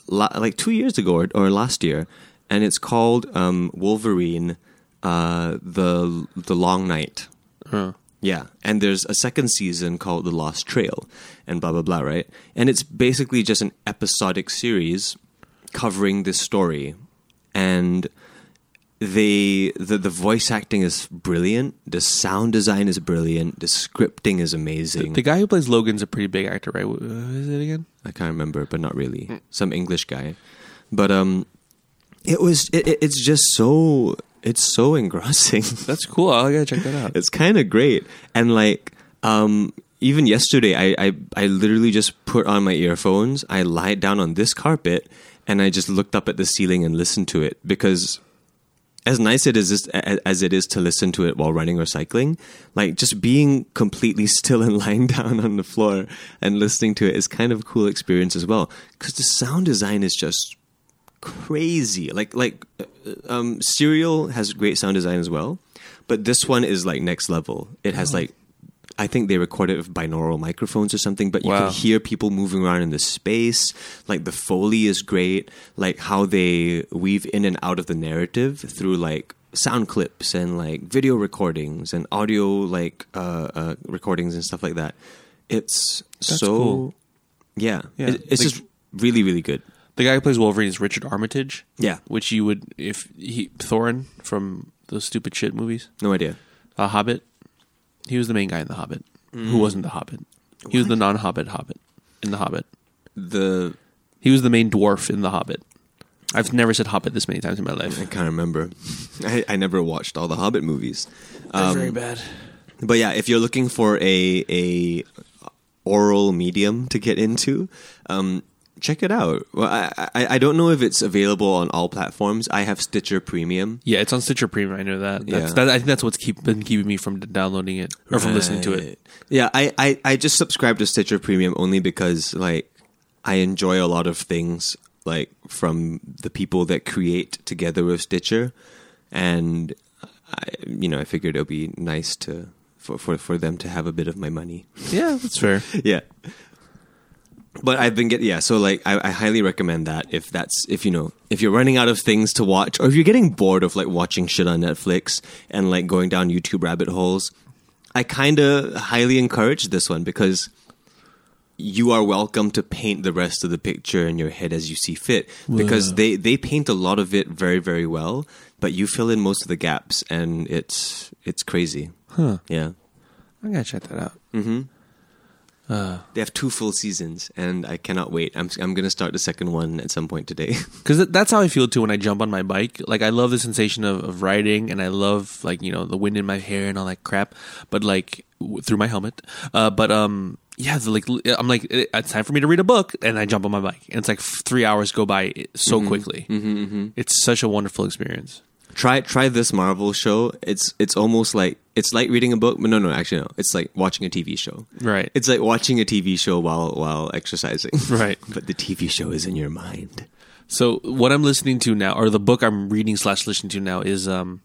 B: la- like two years ago or, or last year, and it's called um, Wolverine, uh, the the Long Night.
C: Huh.
B: Yeah, and there's a second season called The Lost Trail, and blah blah blah, right? And it's basically just an episodic series covering this story, and they the the voice acting is brilliant, the sound design is brilliant, the scripting is amazing.
C: the guy who plays Logan's a pretty big actor, right? Wh- who Is it again?
B: I can't remember, but not really. Some English guy, but um, it was it, it- it's just so it's so engrossing.
C: That's cool. I gotta check that out.
B: it's kind of great, and like um, even yesterday, I, I I literally just put on my earphones. I lied down on this carpet, and I just looked up at the ceiling and listened to it because. As nice it is as it is to listen to it while running or cycling, like just being completely still and lying down on the floor and listening to it is kind of a cool experience as well. Because the sound design is just crazy. Like like uh, um Serial has great sound design as well, but this one is like next level. It has like I think they record it with binaural microphones or something, but you
C: Wow.
B: can hear people moving around in the space. Like the foley is great, like how they weave in and out of the narrative through like sound clips and like video recordings and audio like uh, uh recordings and stuff like that. It's so
C: cool.
B: yeah,
C: Yeah.
B: It- it's
C: Like-
B: just really really good.
C: The guy who plays Wolverine is Richard Armitage.
B: Yeah.
C: which you would if he Thorin from those stupid shit movies.
B: No idea.
C: The Hobbit. He was the main guy in The Hobbit. Who wasn't The Hobbit? He was the non-Hobbit Hobbit in The Hobbit.
B: The
C: He was the main dwarf in The Hobbit. I've never said Hobbit this many times in my life.
B: I can't remember. I, I never watched all the Hobbit movies.
C: Um, very bad.
B: But yeah, if you're looking for a a oral medium to get into, um, check it out. Well, I, I I don't know if it's available on all platforms. I have Stitcher Premium.
C: Yeah, it's on Stitcher Premium. I know that. That's,
B: Yeah.
C: that I think that's what's keep, been keeping me from downloading it or from listening to it.
B: Yeah, I, I, I just subscribe to Stitcher Premium only because like I enjoy a lot of things like from the people that create together with Stitcher, and I you know I figured it'd be nice to for for, for them to have a bit of my money.
C: Yeah, that's fair.
B: yeah. But I've been getting yeah, so like I, I highly recommend that if that's if you know if you're running out of things to watch or if you're getting bored of like watching shit on Netflix and like going down YouTube rabbit holes, I kind of highly encourage this one because you are welcome to paint the rest of the picture in your head as you see fit because they they paint a lot of it very very well, but you fill in most of the gaps and it's it's crazy.
C: Huh.
B: Yeah.
C: I'm gonna check that out.
B: They have two full seasons, and I cannot wait. I'm I'm gonna start the second one at some point today.
C: because that's how I feel too when I jump on my bike. Like I love the sensation of, of riding, and I love like you know the wind in my hair and all that crap. But like w- through my helmet. Uh, but um, yeah, the, like l- I'm like "Eh, it's time for me to read a book, and I jump on my bike, and it's like f- three hours go by eh, so quickly. It's such a wonderful experience.
B: try try this Marvel show. It's it's almost like it's like reading a book, but no, no, actually no. It's like watching a TV show.
C: Right.
B: It's like watching a TV show while while exercising.
C: Right.
B: But the TV show is in your mind.
C: So what I'm listening to now, or the book I'm reading slash listening to now, is um,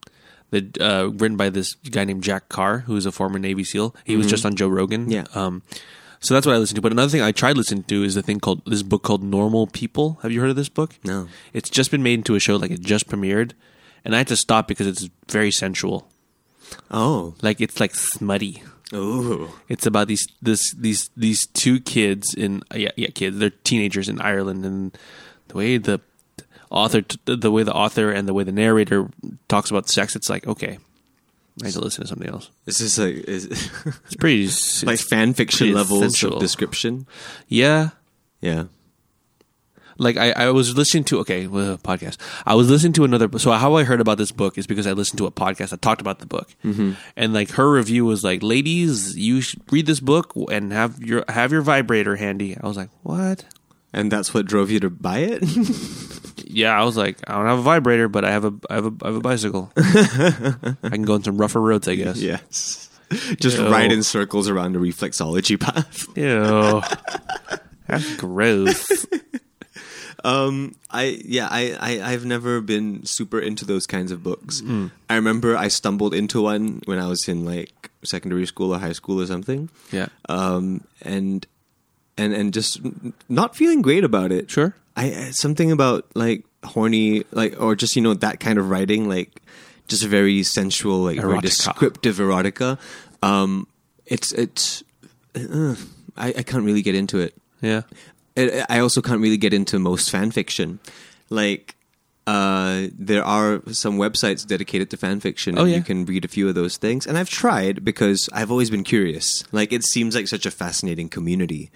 C: the uh, written by this guy named Jack Carr, who is a former Navy SEAL. He was just on Joe Rogan.
B: Mm-hmm. Yeah.
C: Um, so that's what I listened to. But another thing I tried listening to is the thing called this book called Normal People. Have you heard of this book?
B: No.
C: It's just been made into a show. Like it just premiered, and I had to stop because it's very sensual.
B: Oh,
C: Like it's like smutty.
B: oh,
C: It's about these this these these two kids in yeah yeah kids they're teenagers in Ireland and the way the author t- the way the author and the way the narrator talks about sex it's like okay I need to listen to something else
B: this is like is,
C: it's pretty s-
B: like fan fiction
C: it's
B: levels
C: sensual.
B: of description.
C: yeah
B: Yeah.
C: like I, I was listening to okay well, podcast i was listening to another so how i heard about this book is because i listened to a podcast that talked about the book and like her review was like ladies you should read this book and have your have your vibrator handy i was like what
B: And that's what drove you to buy it.
C: yeah, I was like, I don't have a vibrator, but I have a I have a, I have a bicycle. I can go on some rougher roads, I guess.
B: yes. Just
C: Ew.
B: ride in circles around a reflexology path.
C: Ew. That's gross.
B: I yeah, I, I I've never been super into those kinds of books.
C: Mm.
B: I remember I stumbled into one when I was in like secondary school or high school or something.
C: Yeah.
B: Um and and and just n- not feeling great about it.
C: Sure.
B: I I- something about like horny like or just you know that kind of writing like just very sensual like very
C: Erotica.
B: descriptive erotica. Um it's it's uh, I I can't really get into it
C: Yeah.
B: it, I also can't really get into most fan fiction. Like, uh, there are some websites dedicated to fan fiction,
C: Oh,
B: and
C: yeah.
B: you can read a few of those things. And I've tried because I've always been curious. Like, it seems like such a fascinating community.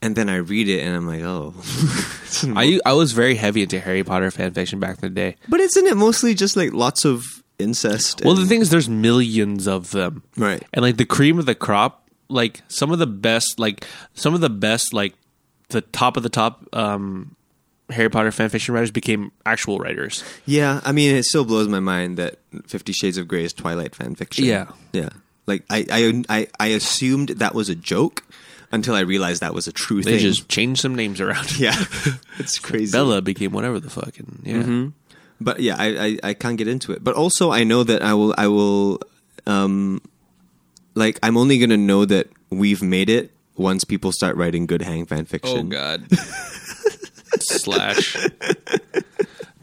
B: And then I read it, and I'm like, oh,
C: I I was very heavy into Harry Potter fan fiction back in the day.
B: but isn't it mostly just like lots of incest?
C: Well,
B: and-
C: the thing is, there's millions of them,
B: Right.
C: And like the cream of the crop, like some of the best, like some of the best, like the top of the top, um, Harry Potter fan fiction writers became actual writers.
B: Yeah, I mean, it still blows my mind that Fifty Shades of Grey is Twilight fan fiction.
C: Yeah.
B: yeah. Like I, I, I, I assumed that was a joke until I realized that was a true
C: They
B: thing.
C: just changed some names around.
B: yeah, it's crazy.
C: Bella became whatever the fuck, and yeah,
B: But yeah, I, I, I can't get into it. But also, I know that I will, I will, um, like I'm only gonna know that we've made it once people start writing good hang fan
C: Oh
B: fiction.
C: god. Slash.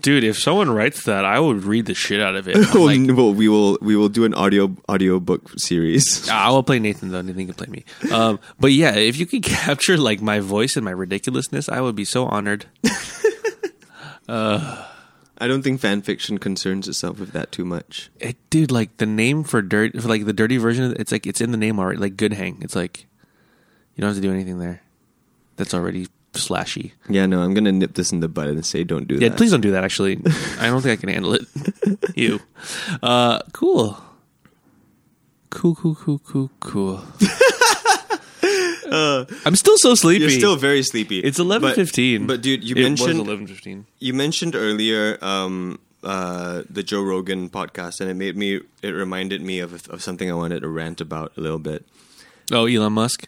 C: Dude, if someone writes that, I would read the shit out of it. I'm
B: We'll,
C: like,
B: we'll- we will we will do an audio audio book series.
C: Ah, I will play Nathan though. Nathan can play me. Um, but yeah, if you could capture like my voice and my ridiculousness, I would be so honored.
B: I don't think fan fiction concerns itself with that too much.
C: It, dude, like the name for dirt, for like the dirty version, it's like it's in the name already. Like good hang, it's like you don't have to do anything there. That's already slashy.
B: Yeah, no, I'm gonna nip this in the bud and say don't do
C: Yeah,
B: that.
C: please don't do that. Actually, I don't think I can handle it. you, uh, cool, cool, cool, cool, cool, cool. I'm still so sleepy.
B: Uh, You're still very sleepy.
C: it's
B: But-
C: 11:15.
B: But, dude, you
C: it
B: mentioned
C: was 11:15.
B: you mentioned earlier um, uh, the Joe Rogan podcast, and it made me. It reminded me of of something I wanted to rant about a little bit.
C: Oh, Elon Musk.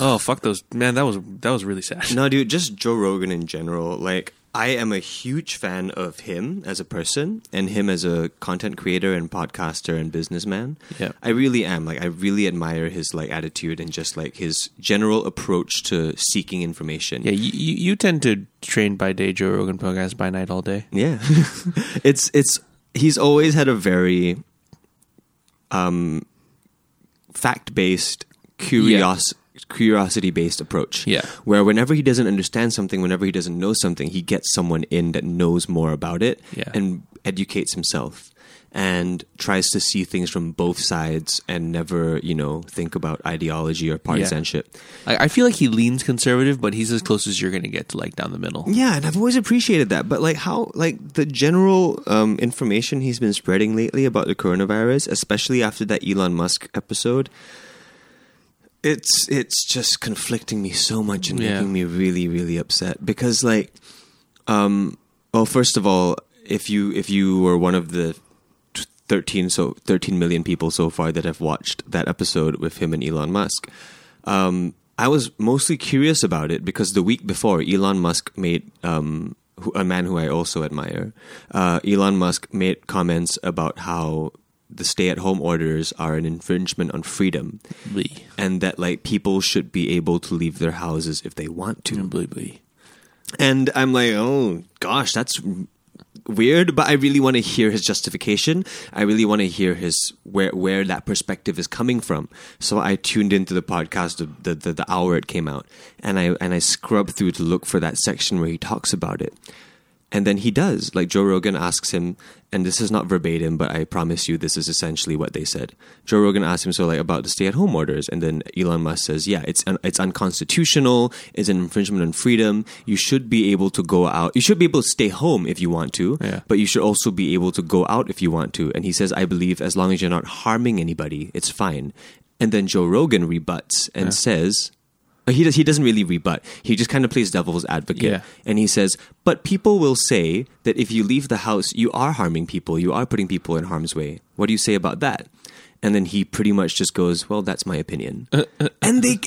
C: oh, fuck those. Man, that was that was really sad.
B: No, dude, just Joe Rogan in general. Like, I am a huge fan of him as a person and him as a content creator and podcaster and businessman.
C: Yeah.
B: I really am. Like, I really admire his like attitude and just like his general approach to seeking information.
C: Yeah, you, you you tend to train by day, Joe Rogan podcast by night all day.
B: Yeah. it's it's he's always had a very um fact-based curios- curiosity-based approach.
C: Yeah.
B: Where whenever he doesn't understand something, whenever he doesn't know something, he gets someone in that knows more about it
C: Yeah.
B: and educates himself and tries to see things from both sides and never, you know, think about ideology or partisanship.
C: I, I feel like he leans conservative, but he's as close as you're going to get to like down the middle.
B: Yeah, and I've always appreciated that. But like how like the general um, information he's been spreading lately about the coronavirus, especially after that Elon Musk episode, it's it's just conflicting me so much and
C: Yeah.
B: making me really really upset because like um, well, first of all, if you if you were one of the t- thirteen so thirteen million people so far that have watched that episode with him and Elon Musk, um, I was mostly curious about it because the week before Elon Musk made um, who, a man who I also admire, uh, Elon Musk made comments about how the stay-at-home orders are an infringement on freedom,
C: Blee.
B: and that like people should be able to leave their houses if they want to.
C: Blee, blee.
B: And I'm like, oh gosh, that's weird. But I really want to hear his justification. I really want to hear his where where that perspective is coming from. So I tuned into the podcast the the, the, the hour it came out, and I and I scrubbed through to look for that section where he talks about it. And then he does. Like Joe Rogan asks him, and this is not verbatim, but I promise you this is essentially what they said. Joe Rogan asks him so like about the stay-at-home orders, and then Elon Musk says, "Yeah, it's un- it's unconstitutional. It's an infringement on freedom. You should be able to go out. You should be able to stay home if you want to,
C: Yeah.
B: but you should also be able to go out if you want to." And he says, "I believe as long as you're not harming anybody, it's fine." And then Joe Rogan rebuts and says, he does, he doesn't really rebut. He just kind of plays devil's advocate.
C: Yeah.
B: And he says, "But people will say that if you leave the house, you are harming people. You are putting people in harm's way. What do you say about that?" And then he pretty much just goes, "Well, that's my opinion." and they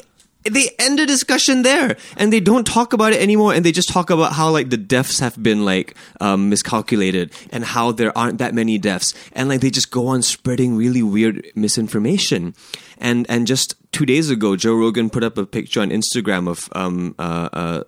B: they end the discussion there, and they don't talk about it anymore. And they just talk about how like the deaths have been like um, miscalculated, and how there aren't that many deaths, and like they just go on spreading really weird misinformation. And and just two days ago, Joe Rogan put up a picture on Instagram of um uh uh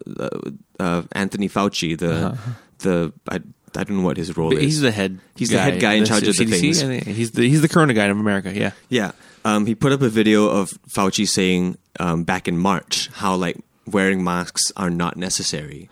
B: uh, Anthony Fauci, the the I, I don't know what his role
C: Uh-huh. But
B: is.
C: He's the head.
B: He's the head guy in charge of the
C: CDC?
B: things.
C: I think He's the he's the Corona guy of America. Yeah,
B: Yeah. Um, he put up a video of Fauci saying um, back in March how like wearing masks are not necessary.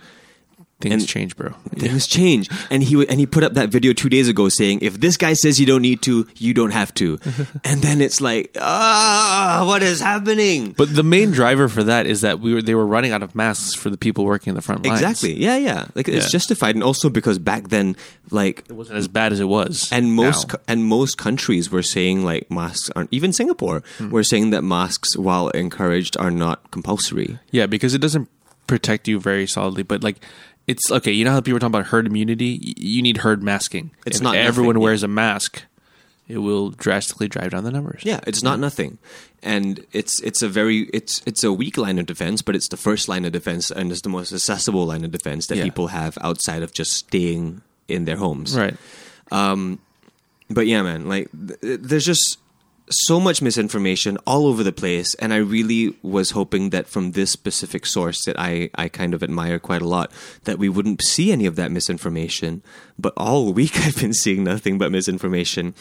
C: things
B: And-
C: change, bro.
B: Things change, and he w- and he put up that video two days ago saying, "If this guy says you don't need to, you don't have to." and then it's like, ah, what is happening?
C: But the main driver for that is that we were they were running out of masks for the people working in the front lines.
B: Exactly. Yeah, yeah. Like it's
C: Yeah.
B: justified, and also because back then, like
C: It wasn't as bad as it was.
B: and most
C: now.
B: co- and most countries were saying like masks aren't even Singapore
C: Hmm.
B: were saying that masks while encouraged are not compulsory.
C: Yeah, because it doesn't protect you very solidly, but like it's okay. You know how people are talking about herd immunity? Y- You need herd masking.
B: It's
C: if
B: not
C: everyone
B: nothing, yeah.
C: wears a mask, it will drastically drive down the numbers.
B: Yeah, it's not nothing, and it's it's a very it's it's a weak line of defense, but it's the first line of defense, and it's the most accessible line of defense that
C: Yeah.
B: people have outside of just staying in their homes.
C: Right.
B: But yeah, man, like th- th- there's just so much misinformation all over the place, and I really was hoping that from this specific source that I I kind of admire quite a lot that we wouldn't see any of that misinformation. But all week I've been seeing nothing but misinformation,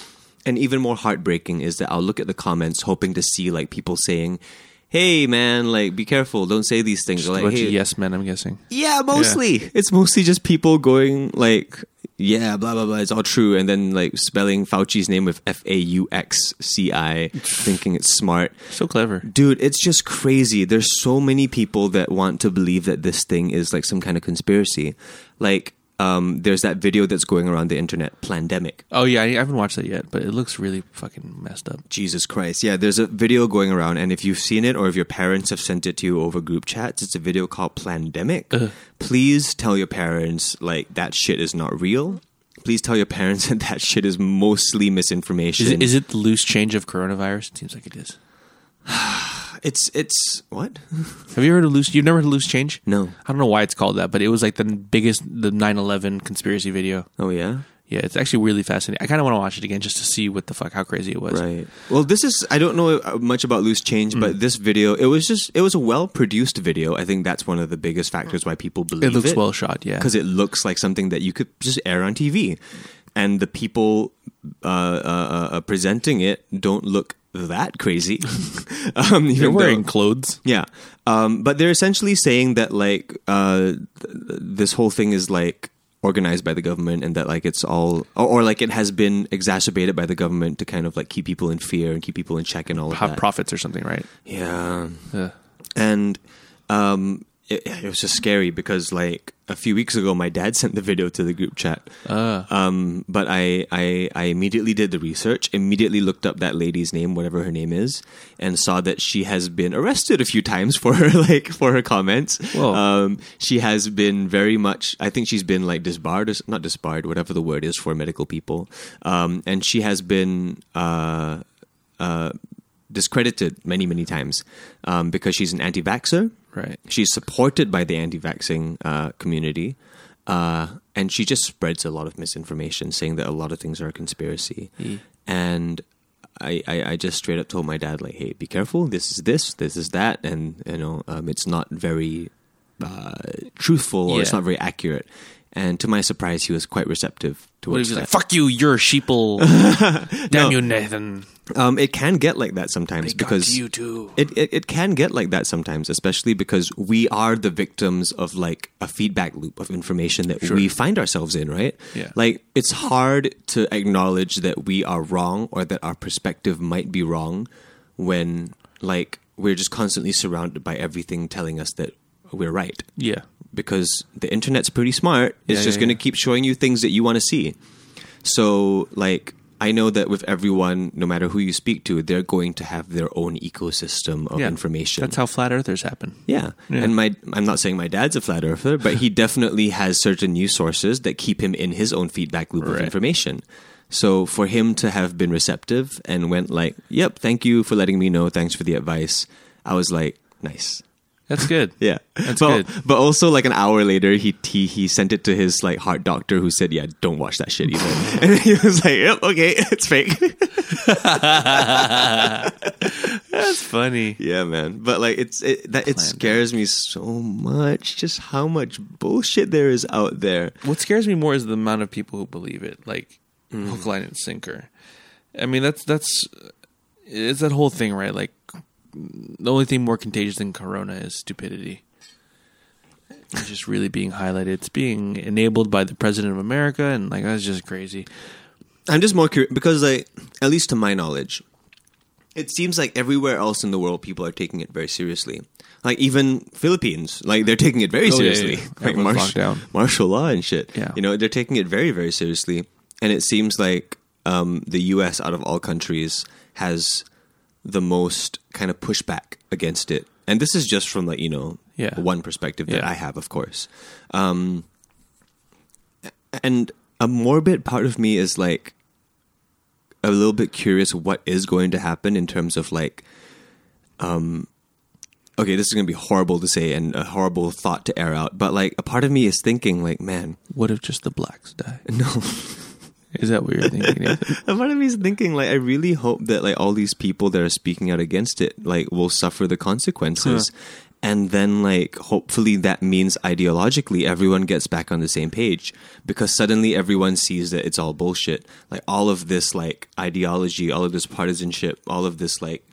B: and even more heartbreaking is that I'll look at the comments hoping to see like people saying. Hey man, like be careful! Don't say these things. Or,
C: A
B: like,
C: bunch
B: hey,
C: of yes men, I'm guessing.
B: yeah, mostly. It's mostly just people going like, yeah, blah blah blah. It's all true, and then like spelling Fauci's name with F A U X C I, thinking it's smart.
C: So clever.
B: Dude, it's just crazy. There's so many people that want to believe that this thing is like some kind of conspiracy. Like, um, there's that video that's going around the internet, Plandemic.
C: Oh yeah, I haven't watched that yet, but it looks really fucking messed up.
B: Jesus Christ. Yeah, there's a video going around, and if you've seen it or if your parents have sent it to you over group chats, it's a video called Plandemic.
C: Uh-huh.
B: Please tell your parents, like, that shit is not real. Please tell your parents that that shit is mostly misinformation.
C: Is it, is it the loose change of coronavirus? It seems like it is.
B: it's, it's, what?
C: Have you heard of loose? You've never heard of loose change?
B: No.
C: I don't know why it's called that, but it was like the biggest the 9/11 conspiracy video.
B: Oh, yeah?
C: Yeah, it's actually really fascinating. I kind of want to watch it again just to see what the fuck how crazy it was.
B: Right. Well, this is I don't know uh, much about Loose Change,
C: Hmm.
B: but this video it was just it was a well produced video. I think that's one of the biggest factors why people believe
C: It looks well shot. Yeah.
B: because it looks like something that you could just air on TV, and the people uh, uh, uh, presenting it don't look that crazy. um, even
C: they're
B: though-
C: wearing clothes.
B: yeah. Um, but they're essentially saying that like uh, th- this whole thing is like organized by the government and that like it's all or, or like it has been exacerbated by the government to kind of like keep people in fear and keep people in check and all of
C: Have
B: that.
C: profits or something, right?
B: yeah.
C: Yeah.
B: And um it, it was just scary because like a few weeks ago my dad sent the video to the group chat. Um but I I I immediately did the research, immediately looked up that lady's name, whatever her name is, and saw that she has been arrested a few times for her like for her comments.
C: Whoa.
B: Um she has been very much I think she's been like disbarred or s- not disbarred, whatever the word is for medical people. Um and she has been uh discredited many, many times um, because she's an anti vaxxer.
C: Right.
B: She's supported by the anti vaxxing uh, community. Uh, and she just spreads a lot of misinformation, saying that a lot of things are a conspiracy.
C: Mm.
B: And I, I, I just straight up told my dad, like, hey, be careful. This is this, this is that. And, you know, um, it's not very uh, truthful or it's
C: Yeah.
B: not very accurate. And to my surprise, he was quite receptive
C: What
B: towards
C: is it?
B: that.
C: Like, Fuck you, you're a sheeple. Damn you, Nathan.
B: Um, it can get like that sometimes because
C: you too.
B: It, it it can get like that sometimes, especially because we are the victims of like a feedback loop of information that we find ourselves in, right?
C: Yeah.
B: Like it's hard to acknowledge that we are wrong or that our perspective might be wrong when like we're just constantly surrounded by everything telling us that we're right
C: Yeah.
B: because the internet's pretty smart. It's
C: Yeah,
B: just
C: yeah,
B: going to
C: yeah.
B: keep showing you things that you want to see. So, like, I know that with everyone, no matter who you speak to, they're going to have their own ecosystem of
C: Yeah.
B: information.
C: That's how flat earthers happen.
B: yeah.
C: Yeah.
B: and my I'm not saying my dad's a flat earther, but he definitely has certain news sources that keep him in his own feedback loop of
C: Right.
B: information. So for him to have been receptive and went like, "Yep, thank you for letting me know. Thanks for the advice," I was like, "Nice."
C: That's good.
B: Yeah,
C: That's
B: but,
C: good.
B: But also, like an hour later, he, he he sent it to his like heart doctor, who said, "Yeah, don't watch that shit either." and he was like, "Yep, okay, it's fake."
C: That's funny.
B: yeah, man. But like, it's it that it scares me so much, just how much bullshit there is out there.
C: What scares me more is the amount of people who believe it, like hook, line, and sinker. I mean, that's that's it's that whole thing, right? Like the only thing more contagious than corona is stupidity. It's just really being highlighted. It's being enabled by the president of America, and like that's just crazy.
B: I'm just more curious because, like, at least to my knowledge, it seems like everywhere else in the world, people are taking it very seriously. Like even Philippines, like they're taking it very
C: Oh, yeah,
B: seriously.
C: yeah, yeah.
B: Like
C: Everyone's
B: martial-
C: locked down.
B: martial law and shit.
C: Yeah.
B: you know they're taking it very very seriously, and it seems like um, the U.S. out of all countries has the most kind of pushback against it. And this is just from like you know
C: Yeah.
B: one perspective that
C: Yeah.
B: I have, of course. Um, and a morbid part of me is like a little bit curious what is going to happen in terms of like um okay this is going to be horrible to say and a horrible thought to air out but like a part of me is thinking like man
C: What if just the blacks die?
B: no
C: Is that what you're thinking? Nathan?
B: a part of me is thinking like i really hope that like all these people that are speaking out against it like will suffer the consequences and then like hopefully that means ideologically everyone gets back on the same page because suddenly everyone sees that it's all bullshit like all of this like ideology all of this partisanship all of this like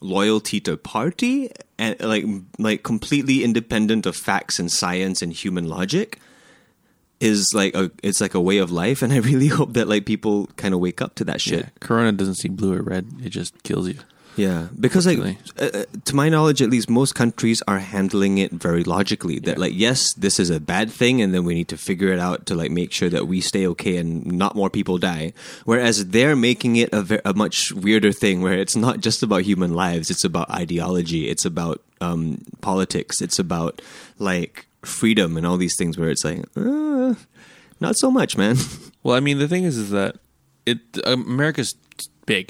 B: loyalty to party and like m- like completely independent of facts and science and human logic is like a it's like a way of life and i really hope that like people kind of wake up to that shit
C: Yeah. Corona doesn't see blue or red; it just kills you.
B: Yeah, because like uh, uh, to my knowledge, at least most countries are handling it very logically. That like yes, this is a bad thing, and then we need to figure it out to like make sure that we stay okay and not more people die. Whereas they're making it a, ve- a much weirder thing, where it's not just about human lives; it's about ideology, it's about um, politics, it's about like freedom and all these things. Where it's like, uh, not so much, man.
C: Well, I mean, the thing is, is that it America's big,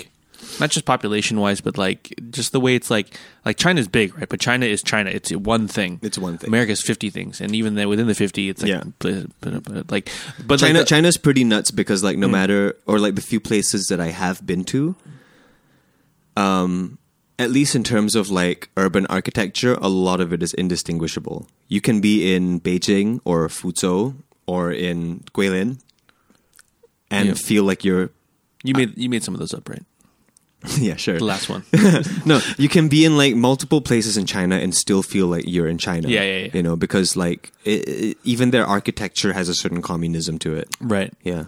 C: not just population wise, but like just the way it's like like China's big, right? But China is China; it's one thing.
B: It's one thing.
C: America's fifty things, and even then within the fifty, it's like
B: Yeah.
C: bl- bl- bl- like but
B: China,
C: like the- Mm.
B: China's pretty nuts because like no matter or like the few places that I have been to, um, at least in terms of like urban architecture, a lot of it is indistinguishable. You can be in Beijing or Fuzhou or in Guilin and
C: Yeah.
B: feel like you're
C: you made you made some of those up, right?
B: yeah sure
C: The last one.
B: no, you can be in like multiple places in China and still feel like you're in China.
C: Yeah, yeah, yeah.
B: You know, because like it, it, even their architecture has a certain communism to it.
C: Right.
B: Yeah.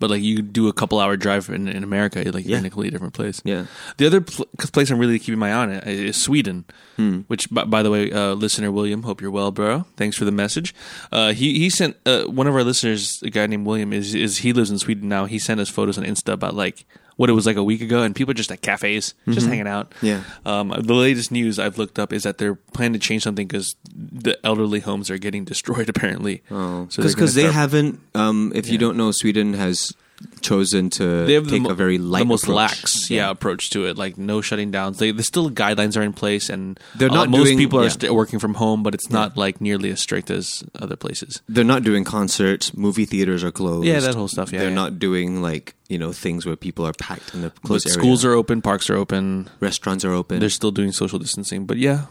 C: But like you do a couple hour drive in, in America, you're like
B: Yeah.
C: in a completely different place.
B: Yeah.
C: The other pl- place I'm really keeping my eye on i- is Sweden,
B: Hmm.
C: which by, by the way, uh, listener William, hope you're well, bro. Thanks for the message. Uh, he he sent uh, one of our listeners, a guy named William, is is he lives in Sweden now. He sent us photos on Insta about like what it was like a week ago, and people just at cafes, just hanging out.
B: Mm-hmm. Yeah.
C: Um, the latest news I've looked up is that they're planning to change something because the elderly homes are getting destroyed apparently. Oh,
B: because they haven't. Um, if you don't know, Sweden has chosen to
C: they have
B: take
C: the, mo-
B: a very light,
C: the most
B: approach.
C: lax, yeah. approach to it. Like no shutting downs. They, there's still guidelines are in place, and
B: They're
C: a
B: not
C: lot- most
B: doing-
C: people are
B: yeah.
C: st- working from home, but it's not like nearly as strict as other places.
B: They're not doing concerts. Movie theaters are closed.
C: Yeah, that whole stuff, yeah,
B: they're
C: yeah.
B: not doing like you know things where people are packed in the
C: But
B: closed area.
C: schools are open, parks are open.
B: restaurants are open.
C: They're still doing social distancing, but yeah,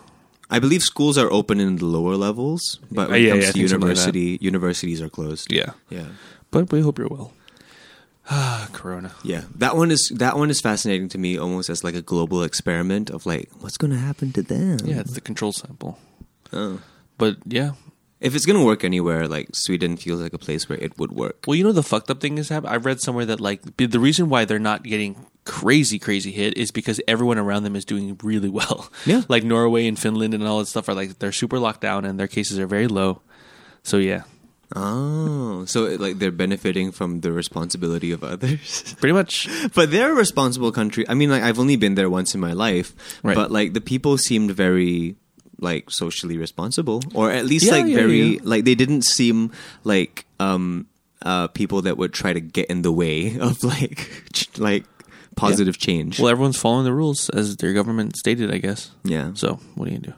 B: I believe schools are open in the lower levels, but when it
C: Yeah,
B: comes
C: yeah, I
B: to
C: think something like that.
B: university, universities are closed.
C: yeah.
B: yeah,
C: But we hope you're well. Ah, Corona.
B: yeah. That one is that one is fascinating to me, almost as like a global experiment of like what's going to happen to them.
C: Yeah, it's the control sample.
B: Oh.
C: But yeah,
B: If it's going to work anywhere, like Sweden feels like a place where it would work.
C: Well, you know the fucked up thing is happening. I read somewhere that like b- the reason why they're not getting crazy crazy hit is because everyone around them is doing really well.
B: Yeah.
C: like Norway and Finland and all that stuff are like they're super locked down and their cases are very low. So yeah,
B: Oh, so it, like they're benefiting from the responsibility of others.
C: pretty much.
B: but they're a responsible country. I mean, like I've only been there once in my life,
C: Right.
B: but like the people seemed very like socially responsible or at least
C: Yeah,
B: like
C: yeah,
B: very
C: yeah.
B: like they didn't seem like um uh people that would try to get in the way of like ch- like positive change.
C: Well, everyone's following the rules as their government stated, I guess.
B: yeah.
C: So what do you do?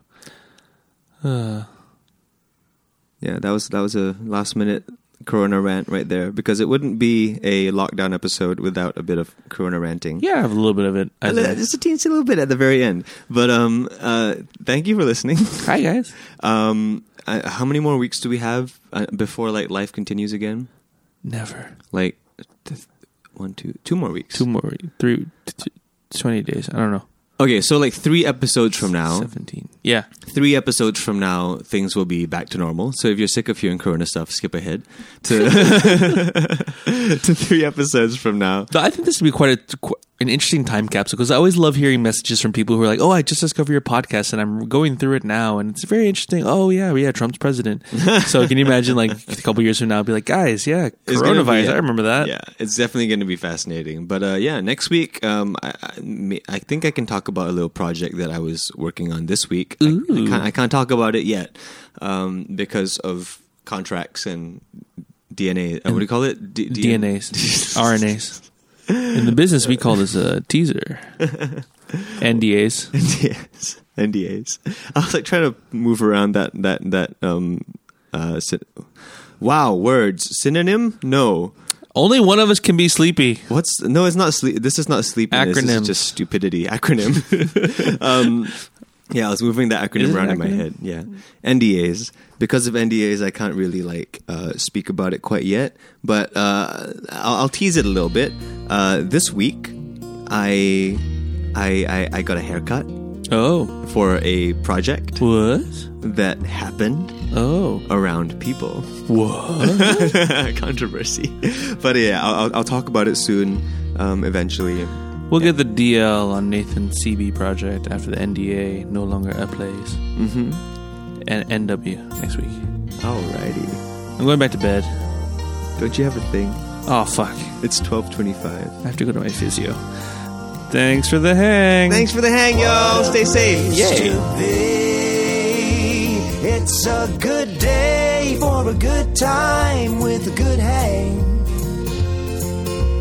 B: Yeah, that was that was a last minute corona rant right there because it wouldn't be a lockdown episode without a bit of corona ranting.
C: Yeah, I have a little bit of it. as
B: Uh,
C: a-
B: Just a teensy little bit at the very end, but um, uh, thank you for listening.
C: Hi guys.
B: Um, uh, how many more weeks do we have uh, before like life continues again?
C: Never
B: Like th- one, two, two more weeks.
C: two more three t- t- twenty days. I don't know.
B: Okay, so like three episodes from now,
C: Seventeen. Yeah.
B: three episodes from now, things will be back to normal. So if you're sick of hearing Corona stuff, skip ahead to to three episodes from now.
C: But I think this would be quite a, qu- an interesting time capsule because I always love hearing messages from people who are like, "Oh, I just discovered your podcast and I'm going through it now, and it's very interesting." Oh yeah, yeah, Trump's president. so can you imagine like a couple years from now, I'll be like, "Guys, yeah,
B: It's gonna be-
C: coronavirus. I remember that."
B: Yeah, it's definitely going to be fascinating. But uh, yeah, next week, um, I, I, me- I think I can talk about a little project that I was working on this week. I- I, can't, I can't talk about it yet um, because of contracts and DNA. Uh, what do you call it? D-
C: DNAs, RNAs. In the business, we call this a teaser. NDAs.
B: NDAs. NDAs. I was like trying to move around that that that um uh sy- wow words synonym no
C: Only one of us can be sleepy.
B: What's no? It's not sleep. This is not sleepiness. This
C: Acronym.
B: is just stupidity. Acronym. um, yeah, I was moving that
C: Is
B: acronym
C: it
B: around in my
C: acronym?
B: head. Yeah, NDAs. Because of NDAs, I can't really like uh, speak about it quite yet. But uh, I'll, I'll tease it a little bit. Uh, this week, I, I I I got a haircut
C: Oh,
B: for a project
C: what?
B: that happened
C: Oh,
B: around people.
C: what?
B: controversy. But yeah, I'll, I'll- I'll talk about it soon, um, eventually.
C: We'll get the DL on Nathan CB project after the NDA no longer plays.
D: Mm-hmm.
C: And NW next week.
D: Alrighty.
C: I'm going back to bed.
D: Don't you have a thing?
C: Oh fuck!
D: It's 1225.
C: I have to go to my physio. Thanks for the hang.
D: Thanks for the hang, y'all. Stay safe. Yay.
A: to be. It's a good day for a good time with a good hang.